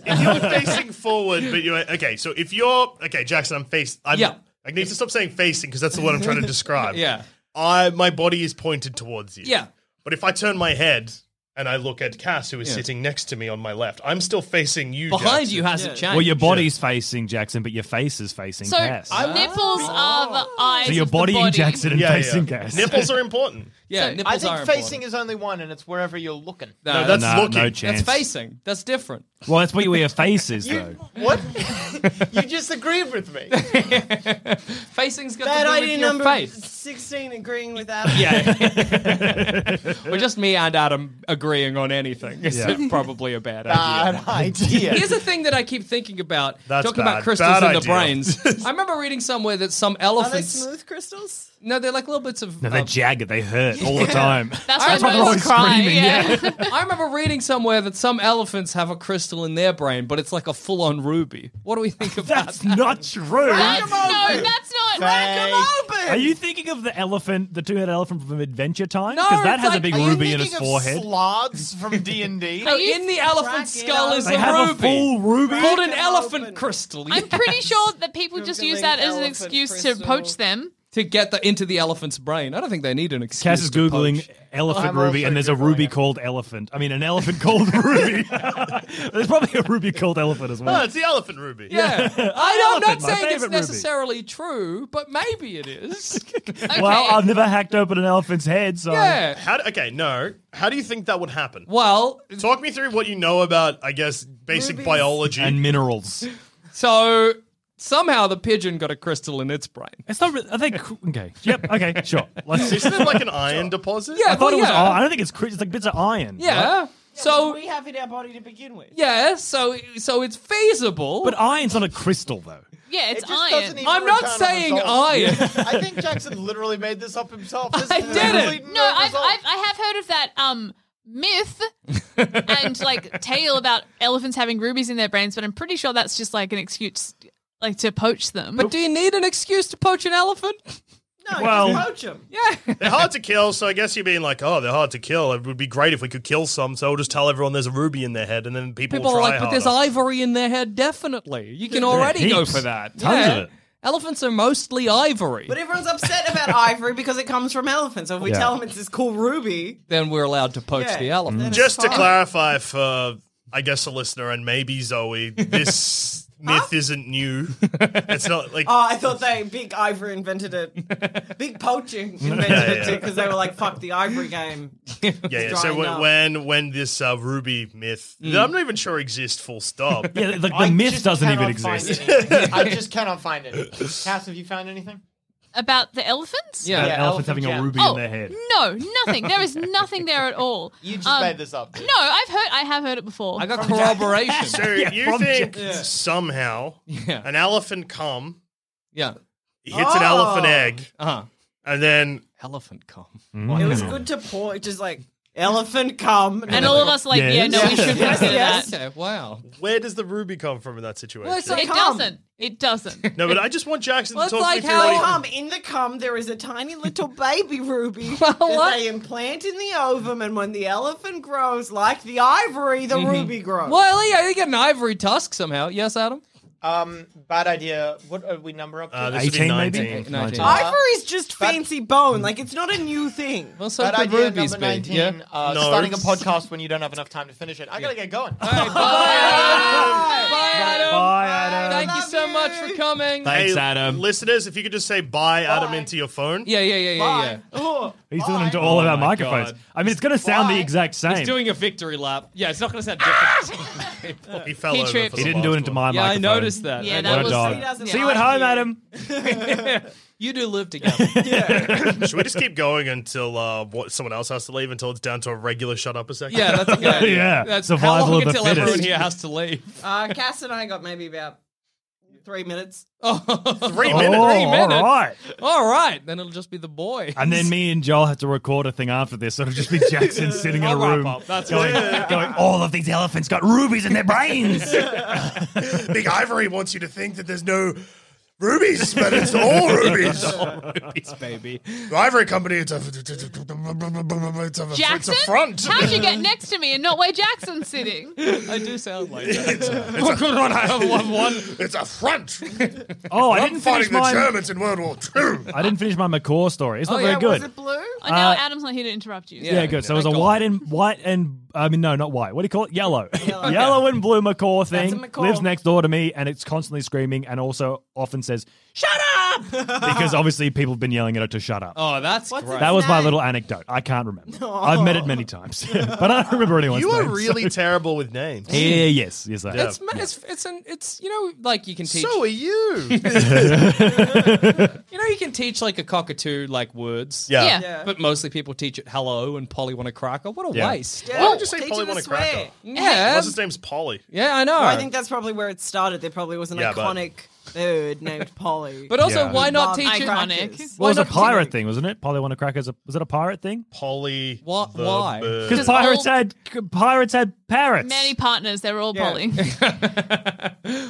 whale. if you're facing forward, but you're okay. So if you're okay, Jackson, I'm face. I'm, Yeah. I need to stop saying facing because that's the word I'm trying to describe. Yeah. I my body is pointed towards you. Yeah. but if I turn my head and I look at Cass, who is sitting next to me on my left, I'm still facing you. Behind Jackson. you hasn't changed. Well, your body's facing Jackson, but your face is facing So Cass. nipples are Ah. the eyes. so your of the body, in Jackson and Yeah, yeah. facing Cass. Nipples are important. yeah, nipples I think are facing important. is only one, and it's wherever you're looking. No, that's Nah, looking. no that's chance. facing. That's different. Well, that's what where your face is, though. You, what? you just agreed with me. Facing's got Bad to do idea with your number face. 16 agreeing with Adam. Yeah. We're just me and Adam agreeing on anything. It's Yeah. probably a bad idea. Bad idea. Here's a thing that I keep thinking about. That's talking bad. about crystals Bad in the idea. brains. I remember reading somewhere that some Are they elephants. smooth crystals? No, they're like little bits of. No, they're um, jagged. They hurt all the time. That's, why why they're they're always always crying. screaming, Yeah. I remember reading somewhere that some elephants have a crystal in their brain, but it's like a full-on ruby. What do we we think about That's not true. That's, no, that's not. Are you thinking of the elephant, the two-headed elephant from Adventure Time? No, Because that it's has a like- big are you ruby in thinking its of forehead. Sloths from D and D. Are you- In the elephant's Crack it skull up. is They a have ruby. a full ruby. Called an elephant crystal. I'm pretty sure that people just use that as an excuse to poach them. to get the, into the elephant's brain. I don't think they need an excuse. Cass is to googling poach. elephant ruby, and there's a ruby called elephant. I mean, an elephant called ruby. there's probably a ruby called elephant as Oh, well. it's the elephant ruby. Yeah, I Elephant, don't, I'm not my saying it's favourite ruby. necessarily true, but maybe it is. Well, I've never hacked open an elephant's head, so Yeah. How, do- okay, no. How do you think that would happen? Well, talk me through what you know about, I guess, basic biology. and minerals. So somehow the pigeon got a crystal in its brain. It's not. Really, I think. Okay. Yep. Okay. Sure. Let's. Isn't it like an iron deposit? I thought well, it was. yeah. iron. I don't think it's. cri- It's like bits of iron. Yeah. right? so we have in our body to begin with. yeah, so so it's feasible. But iron's not a crystal though. Yeah, it's It just iron. doesn't even I'm not return a saying result. iron. I think Jackson literally made this up himself. This I is didn't. literally No, I've, result. I've, I have heard of that um, myth and like tale about elephants having rubies in their brains, but I'm pretty sure that's just like an excuse, like to poach them. But do you need an excuse to poach an elephant? No, Well- just poach them. They're hard to kill, so I guess you're being like, oh, they're hard to kill. It would be great if we could kill some, so we'll just tell everyone there's a ruby in their head, and then people, People will are try like, but harder. there's ivory in their head. Definitely, you can already go heaps. for that. Tons of it. Elephants are mostly ivory. But everyone's upset about ivory because it comes from elephants. So if we Yeah. tell them it's this cool ruby, then we're allowed to poach Yeah. the elephant. then it's Just to fine. clarify for, I guess, a listener and maybe Zoe, this myth isn't new. It's not like. Oh, I thought they big ivory invented it. Big poaching invented it too yeah. because they were like, "Fuck the ivory game." yeah, yeah. drying So when, up. when when this uh, ruby myth, that I'm not even sure exists. Full stop. Mm. Yeah. Like the I myth just doesn't even cannot find exist. anything. I just cannot find it. Cass, have you found anything? about the elephants? Yeah. That Yeah, elephant's having elephant a jam. ruby Oh in their head. no, nothing. There is nothing there at all. You just Um, made this up. No, I've heard. I have heard it before. I got corroboration. So Yeah, you from think Jack- somehow yeah, an elephant come yeah. hits an elephant Oh. egg, Uh huh. and then Elephant cum. It was Mm. good to point, just like elephant come, and all of us like, Yes. yeah, no, we should Yes, consider yes. that. Okay, wow. where does the ruby come from in that situation? Well, it's like- It doesn't. It doesn't. no, but I just want Jackson Well, to it's talk like me how- through. They what- come in the cum. There is a tiny little baby ruby what? that they implant in the ovum, and when the elephant grows, like the ivory, the Mm-hmm. ruby grows. Well, yeah, you get an ivory tusk somehow. Yes, Adam. Um, bad idea. What are we number up to? Uh, Uh, this would be 18 maybe? 19. 19. Ivory's just fancy bone. Like it's not a new thing. Well, so Bad could idea rubies number be? 19, Yeah. uh, No. starting a podcast when you don't have enough time to finish it. I gotta get going. Bye, Adam. Bye, Adam. Thank you so much for coming. Thanks, Hey, Adam. Listeners, if you could just say bye, Adam, into your phone. Yeah, yeah, yeah, yeah, yeah. He's doing them to all of Oh our my microphones. God. I mean, it's going to sound the exact same. He's doing a victory lap. Yeah, it's not going to sound different. He fell He over. tripped. For he the didn't do last it into my one. yeah, I microphone. noticed that. Yeah, I that What a was- dog. He doesn't See like what home, you. Adam. You do live together. Should we just keep going until uh, what, someone else has to leave until it's down to a regular shut up a second? yeah, that's a good idea. Yeah, That's survival how long of the until everyone fittest. here has to leave. Uh, Cass and I got maybe about three minutes. Oh, Three Oh, minutes. Three all minutes. right. all right. Then it'll just be the boy. And then me and Joel have to record a thing after this. So it'll just be Jackson sitting in a I'll wrap room up. That's going, going, all of these elephants got rubies in their brains. Big Ivory wants you to think that there's no rubies, but it's all rubies. Peace, baby. The Ivory Company, it's a, it's a, Jackson, how'd you get next to me and not where Jackson's sitting? I do sound like that. oh, good one, I have one, one. It's a front. oh, I didn't finish my in World War II. I didn't finish my Macaw story. It's not Oh, very yeah, good. Was it blue? Oh, now Uh, Adam's not here to interrupt you. Yeah, good. So it was a Thank God. white and white and I mean no, not white. What do you call it? Yellow, yellow, and blue macaw thing a macaw. lives next door to me, and it's constantly screaming, and also often says "shut up" because obviously people have been yelling at it to shut up. Oh, that's What's great. that was my name? little anecdote. I can't remember. I've met it many times, but I don't remember anyone's You are name, so- really terrible with names. yeah, yes, yes, I It's, have. ma- it's it's an it's you know like you can teach So are you. you know you can teach like a cockatoo like words Yeah. Yeah. but mostly people teach it hello and Polly want a cracker what a Yeah. waste Why would you say Teach Polly him to want a swear. cracker? yeah Unless his name's Polly. yeah I know Well, I think that's probably where it started. There probably was an Yeah, but- iconic bird named Polly. but also Yeah. why not Love teach it Iconic. Why Well, it was a not teach it- pirate thing, wasn't it? Polly want a cracker? as a- Was it a pirate thing? Polly. What- the why? bird. Because all- pirates had pirates had parrots. Many partners, they're all Yeah. Polly.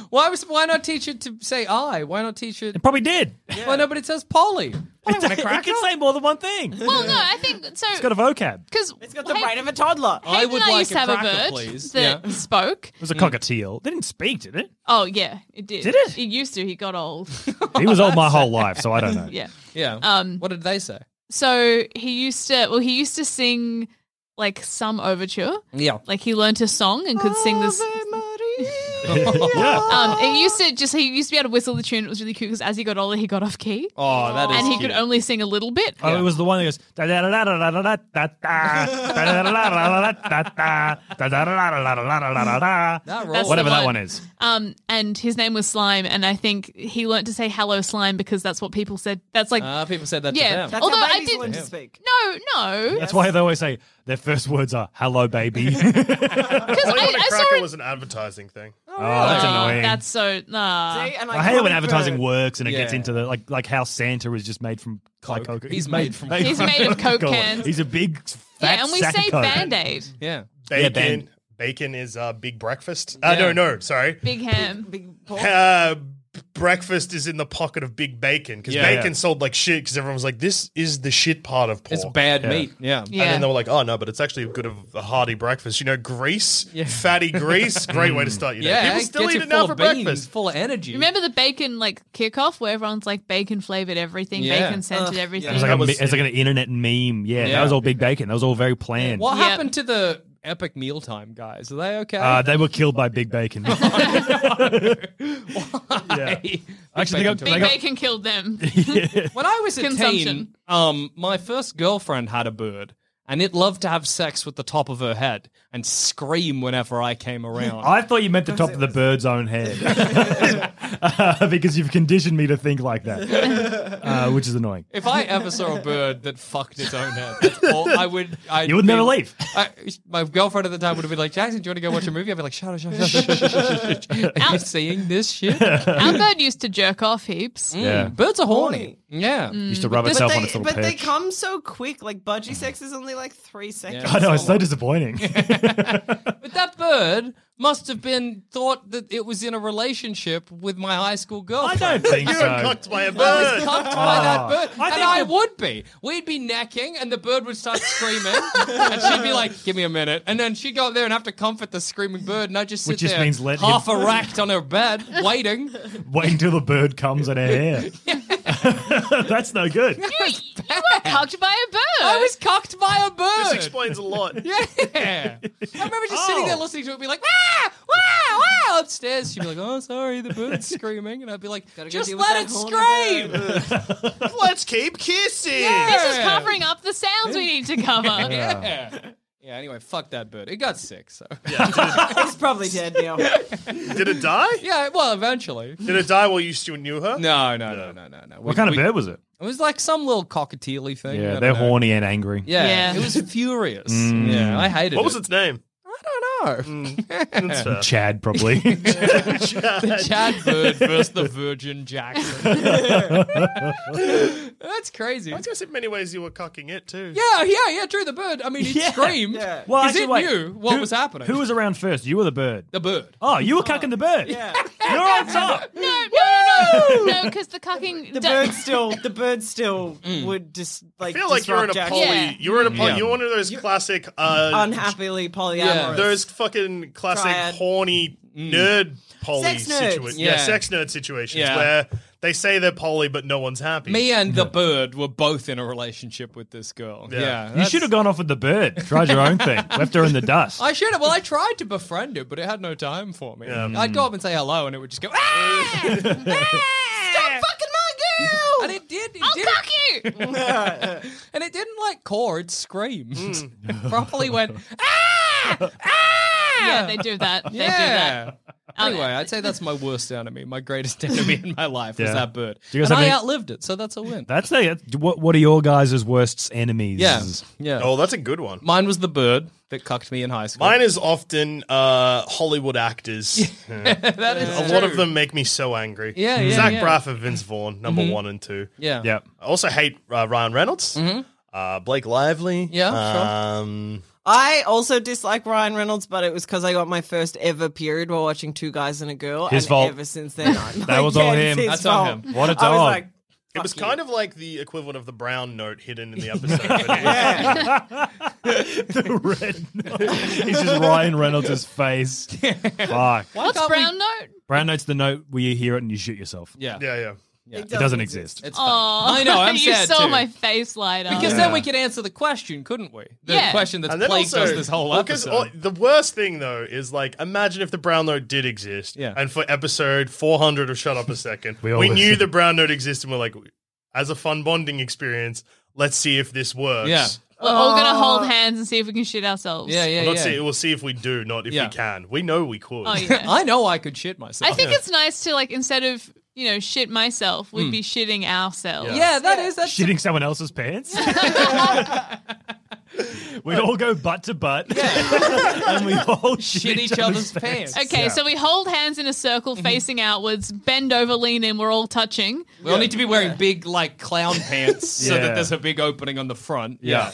Why was why not teach it to say I? Why not teach it? It probably did. Well, no, but it says Polly. It can say more than one thing. Well, no, I think so. It's got a vocab. Because it's got the brain of a toddler. I would I used to have a bird that spoke. It was a cockatiel. They didn't speak, did it? Oh yeah, it did. Did it? It used to. He got old. He was old my whole life, so I don't know. yeah. Yeah. Um. What did they say? So he used to. Well, he used to sing like some overture. Yeah. Like he learnt a song and could sing this. Oh, Yeah. Um, he used to just he used to be able to whistle the tune. It was really cute because as he got older, he got off key. Oh, that is and he cute. could only sing a little bit. Oh, it was the one that goes da da da da da da da da da da da da da da da da da da da da da da That da rolls. whatever That's that one the one. is. Um, and his name was Slime, and I think he learnt to say "Hello, Slime" because that's what people said. That's like Ah, people said that to yeah. them. That's Although how I babies did learn to speak. No, no. That's why they always say their first words are "Hello, baby." Because Honey I, Bunny I saw Cracker it. was an advertising thing. Oh, that's Ah, annoying. That's so nah. See, and I hate it when can't advertising even- works and it gets Yeah. into the like like how Santa is just made from Coke. Coke. He's made from He's made of Coke God. cans. He's a big fat yeah, and we sack of say Coke. Band Aid, Yeah. Yeah, Bacon. Ben. bacon is uh, big breakfast. Yeah. Uh, no, no, sorry. Big Ham. Big pork. Uh, b- breakfast is in the pocket of big bacon because Yeah. bacon sold like shit because everyone was like, this is the shit part of pork. It's bad Yeah. meat. Yeah. Yeah. And then they were like, oh no, but it's actually good of a hearty breakfast. You know, grease, fatty grease, great way to start your day. Yeah, People still gets eat you it now full for of beans, breakfast. full of energy. Remember the bacon like kickoff where everyone's like bacon flavored everything, Yeah. bacon scented everything. It was like, a, That was- me- it was like an internet meme. Yeah, Yeah. that was all big bacon. That was all very planned. What Yep. happened to the epic mealtime guys? Are they okay? Uh, they were killed by big bacon. yeah. Big Actually, they got- bacon they Big got- bacon killed them. When I was a teen, Consumption. um, my first girlfriend had a bird, and it loved to have sex with the top of her head and scream whenever I came around. I thought you meant the top of the bird's own head Uh, because you've conditioned me to think like that, uh, which is annoying. if I ever saw a bird that fucked its own head, that's all, I would. i You would never leave. I, my girlfriend at the time would have been like, "Jackson, do you want to go watch a movie?" I'd be like, "Shut up, shut up, shut up, shut up, shut up. Are you seeing this shit?" Our bird used to jerk off heaps. Mm. Yeah. Birds are horny. Yeah. Used to rub But, itself they, on its little but they perch. come so quick. Like budgie sex is only like three seconds. I know it's so disappointing. But that bird must have been thought that it was in a relationship with my high school I girlfriend. don't think You so. were cocked by a I was bird. cucked by Ah. that bird. I Ah. and think I the- would be. We'd be necking, and the bird would start screaming. and she'd be like, give me a minute. And then she'd go up there and have to comfort the screaming bird. And I'd just sit Which just there, means let half him- erect on her bed, waiting. Wait until the bird comes on her hair. That's no good. You, you were cucked by a bird. I was cucked by a This bird. explains a lot. yeah. I remember just sitting there Oh. listening to it and be like, wow, wow, wow, upstairs. She'd be like, oh, sorry, the bird's screaming. And I'd be like, go just deal with let it that horny scream. Let's keep kissing. This is covering up the sounds we need to cover. Yeah. Yeah, anyway, fuck that bird. It got sick, so. He's probably dead now. Did it die? Yeah, well, eventually. Did it die while you still knew her? No, no, no, no, no, no. What kind of bird was it? It was like some little cockatiely thing. I Yeah, Mm. don't they're know. horny and angry. Yeah, Yeah. it was furious. Yeah, I hated What Mm. was it. its name? I don't know. That's fair. Chad, probably. the Chad Bird versus the Virgin Jackson. That's crazy. I guess in many ways you were cocking it too. Yeah, yeah, yeah. True, the bird. I mean, he Yeah. screamed. Yeah. Well, Because actually, wait. it knew what Who- was happening. Who was around first? You were the bird. the bird? Oh, you were cucking the bird. Yeah. You're on top. No, no, no, no, no, because the cucking. The da- bird still, the bird still Mm. would just like. I feel like you're in a disrupt Jack. poly. Yeah. You're in a poly. Yeah. You're one of those classic. Uh, unhappily polyamorous. Yeah. those fucking classic Triad. horny nerd poly Sex nerds. situations. Mm. Yeah. Yeah. sex nerd situations Yeah. where they say they're poly but no one's happy. Me and the bird were both in a relationship with this girl. Yeah, Yeah. You that's- should have gone off with the bird. Tried your own thing. Left her in the dust. I should have. Well, I tried to befriend it, but it had no time for me. I'd Mm. go up and say hello, and it would just go. "Ah! Ah! Stop fucking my girl! And it did. It I'll did cuck you. and it didn't like core. It screamed. Properly went. Ah! Ah! Yeah, they do that. They do that. Yeah. Anyway, I'd say that's my worst enemy. My greatest enemy in my life was Yeah. that bird, Do you guys and have I any- outlived it, so that's a win. That's the. What, what are your guys' worst enemies? yeah, yeah. Oh, that's a good one. Mine was the bird that cucked me in high school. Mine is often uh, Hollywood actors. that is a lot of them make me so angry. Yeah, yeah, Zach yeah. Mm-hmm. Braff and Vince Vaughn, number one and two. Yeah. Yep. I also hate uh, Ryan Reynolds. Uh, Blake Lively. Yeah, sure. um, I also dislike Ryan Reynolds, but it was because I got my first ever period while watching Two Guys and a Girl. His and fault. Ever since then, I'm That was like, all yeah, him. it's his That's on fault. him. What a I was dog. like, It was kind of like the equivalent of the brown note hidden in the episode. the red. it's just Ryan Reynolds' face. Fuck. What's brown note? Brown note's the note where you hear it and you shoot yourself. Yeah. Yeah, yeah. It doesn't, exist. It's Oh, I know, I'm you sad saw too. my face light up. Because then we could answer the question, couldn't we? The Yeah. question that's plagued us this whole well, 'cause, episode. uh, the worst thing though is like, imagine if the brown note did exist, Yeah. and for episode 400 of Shut Up a Second, we, all knew listened. the brown note existed. and We're like, as a fun bonding experience, let's see if this works. Yeah. We're all gonna Oh. hold hands and see if we can shoot ourselves. Well, not see- we'll see if we do, not if we can. We know we could. Oh, yeah. I know I could shit myself. I think it's nice to like instead of you know shit myself, we'd be shitting ourselves. Yeah, that is that's Shitting someone else's pants? We'd all go butt to butt. and we all shit, Shit each other's pants. Okay, so we hold hands in a circle facing outwards, bend over, lean in, we're all touching. We all need to be wearing big like clown pants so Yeah. that there's a big opening on the front. Yeah.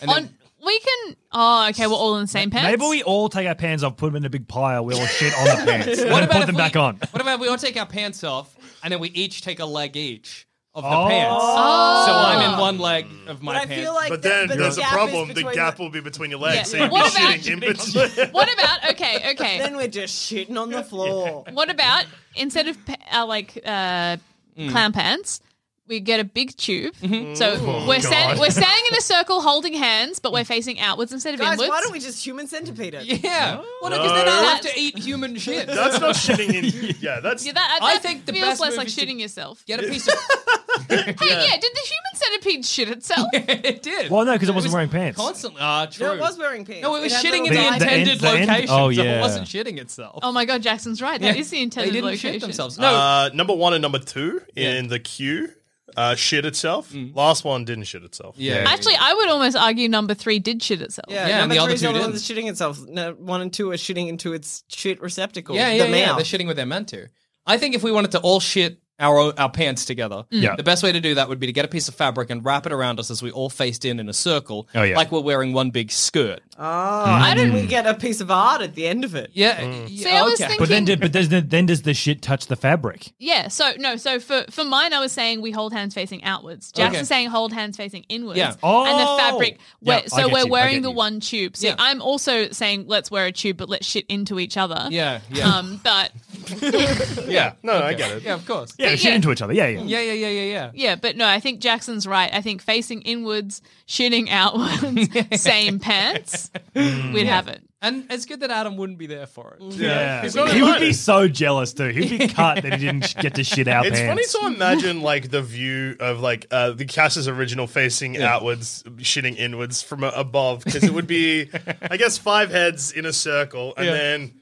And then, On we can Oh, okay, we're all in the same pants. Maybe we all take our pants off, put them in a big pile, we all shit on the pants, and What then about put if them we- back on. what about we all take our pants off and then we each take a leg each of the Oh. pants? So I'm in one leg of my But I pants. feel like But the- then but the there's a gap is problem. The between gap the- will be between your legs, so Yeah. you'll be What about- shitting in between. What about okay, okay. Then we're just shitting on the floor. What about instead of pa- uh, like uh, clown pants, we get a big tube. So we're stand- God. we're standing in a circle holding hands, but we're facing outwards instead of Guys, inwards. why don't we just human centipede it? yeah. Well, No. because then I'll have That's- to eat human shit. That's not shitting in. Yeah, that's Yeah, that, uh, I that think the feels best less move like is to- shitting yourself. Get a piece of Hey, yeah. did the human centipede shit itself? it did. Well, no, because it was wasn't wearing pants. Constantly. Ah, true. No, it was wearing pants. No, it was had shitting little in The- the, guys. the end- intended the end- location, oh, so yeah. it wasn't shitting itself. oh my god, Jackson's right. That is Yeah. the intended They didn't location. shit themselves. Ah, No, uh, number one and number two in the queue. Uh, shit itself. Last one didn't shit itself. Mm. Yeah. Actually, I would almost argue number three did shit itself. Yeah, Yeah, and number the three other is two the one didn't. that's shitting itself. No, one and two are shitting into its shit receptacle. yeah, yeah, the yeah. mouth. They're shitting where they're meant to. I think if we wanted to all shit our our pants together, Yeah. the best way to do that would be to get a piece of fabric and wrap it around us as we all faced in in a circle, Oh, yeah. like we're wearing one big skirt. Oh, I didn't. We get a piece of art at the end of it. yeah, Mm. See, I But was then, thinking- did, but does the, then does the shit touch the fabric? Yeah, so no, so for for mine, I was saying we hold hands facing outwards. Jackson's Okay. saying hold hands facing inwards. Yeah. and Oh! the fabric. We're, Yeah, I so get we're you, I wearing get the you. one tube. So Yeah. I'm also saying let's wear a tube, but let's shit into each other. yeah, yeah, Um, but Yeah. No, I get it. yeah. Of course. Yeah, shit yeah. into each other. Yeah, yeah. Yeah, yeah, yeah, yeah, yeah. yeah, but no, I think Jackson's right. I think facing inwards, shitting outwards, same pants, Mm. Mm. we'd have it. And it's good that Adam wouldn't be there for it. Yeah. He's not He would be invited. so jealous too. He'd be cut that he didn't sh- get to shit out It's funny pants. to imagine like the view of like uh, the cast's original facing outwards, shitting inwards from uh, above because it would be, I guess, five heads in a circle and then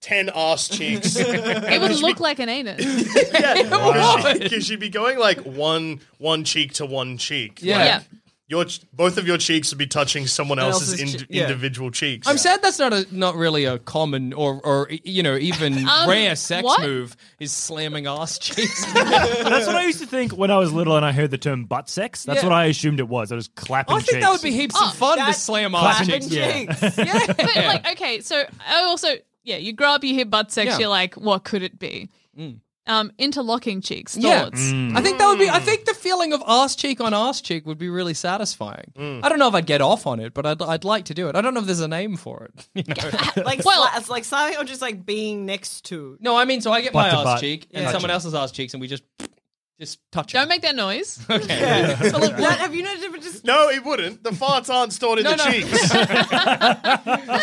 ten ass cheeks. It would look like an anus. yeah, because you'd be going like one one cheek to one cheek. Yeah. Like, yeah. your ch- both of your cheeks would be touching someone else's, else's ind- che- yeah. individual cheeks. I'm sad that's not a not really a common or or you know even Um, rare sex what? move is slamming ass cheeks. That's what I used to think when I was little and I heard the term butt sex. That's Yeah. what I assumed it was. I was clapping I think that would cheeks. be heaps Oh, of fun to that- slam ass Clapping cheeks. cheeks. Yeah. Yeah. But like, okay, so I also yeah, you grow up, you hear butt sex, Yeah. you're like, what could it be? Um, interlocking cheeks, Mm. Yeah. Mm. thoughts. Mm. I think that would be. I think the feeling of ass cheek on ass cheek would be really satisfying. I don't know if I'd get off on it, but I'd, I'd like to do it. I don't know if there's a name for it. You know? Like, Well- sla- it's like slapping or just like being next to. no, I mean, so I get Butt to my ass butt. cheek and Yeah. someone else's ass cheeks, and we just just touch. Don't make that noise. it. Okay. So like, that, have you noticed? if it Just No, it wouldn't. The farts aren't stored in No, the no. cheeks.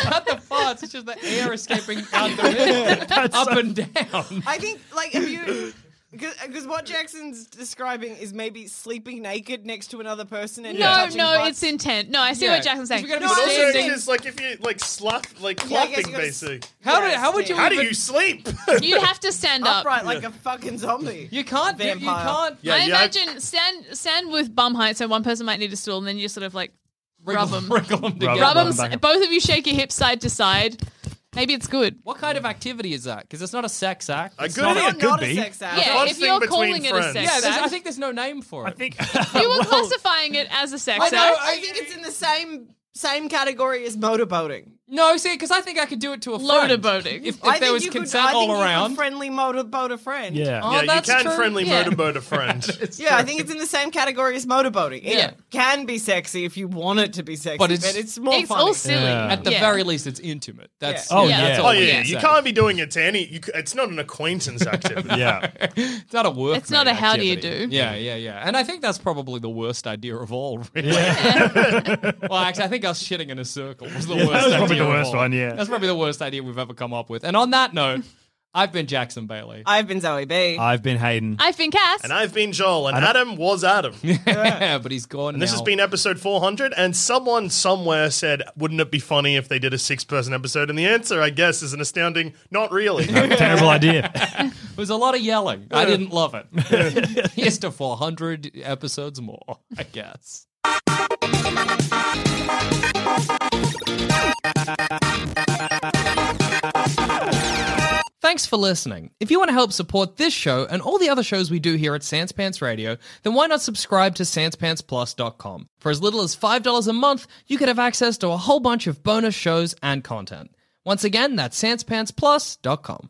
Not the farts. It's just the air escaping out the middle, up and down. I think like if you. Because what Jackson's describing is maybe sleeping naked next to another person and Mm. no, touching no, butts. it's intent. No, I see Yeah, what Jackson's 'cause saying. we gotta be No, But safe. I- also, Standing- because like if you like slap, like Yeah, I guess clapping, you gotta s- basically. How Yeah, did? How would you? stand. How do even- you sleep? You'd have to stand up. upright like a fucking zombie. You can't. do- You Vampire. can't. Yeah, I yeah, I- imagine stand stand with bum height, so one person might need a stool, and then you sort of like rub them, Wriggle them together. rub Rub 'em them. back. Both of you shake your hips side to side. Maybe it's good. What kind of activity is that? Because it's not a sex act. A It's good not- idea. Not, It could not a be. sex act. Yeah, fun if thing you're between calling it a friends. sex Yeah, there's- act, I think there's no name for it. I think you were classifying it as a sex I know. act. I think it's in the same same category as motorboating? No, see, because I think I could do it to a Loader friend. boating. If, if I there think was you could- consent I think all you could around. Oh, friendly motorboat a friend. Yeah. Yeah, you that's can true. friendly Yeah. motorboat a friend. Yeah, I think it's in the same category as motorboating. It Yeah. can be sexy if you want it to be sexy, But but it's- it's, more It's funny. all silly. Yeah. At the Yeah. very least, it's intimate. That's Oh, yeah. yeah. That's all Oh, we yeah. can You say. can't be doing it to any. You, c- it's not an acquaintance activity. yeah. It's not a work. It's not mate a how do you activity. do. Yeah, yeah, yeah. And I think that's probably the worst idea of all. Really. well, actually, I think us shitting in a circle was the Yeah, that worst. was probably idea the of worst all. one, yeah. that's probably the worst idea we've ever come up with. And on that note, I've been Jackson Bailey. I've been Zoe B. I've been Hayden. I've been Cass. And I've been Joel, and Adam was Adam. And yeah, but he's gone. this has now. been episode 400. And someone somewhere said, wouldn't it be funny if they did a six person episode? And the answer, I guess, is an astounding, not really. Terrible idea. It was a lot of yelling. I didn't love it. Here's to 400 episodes more, I guess. Thanks for listening. If you want to help support this show and all the other shows we do here at Sans Pants Radio, then why not subscribe to SansPantsPlus.com? For as little as $5 a month, you could have access to a whole bunch of bonus shows and content. Once again, that's SansPantsPlus.com.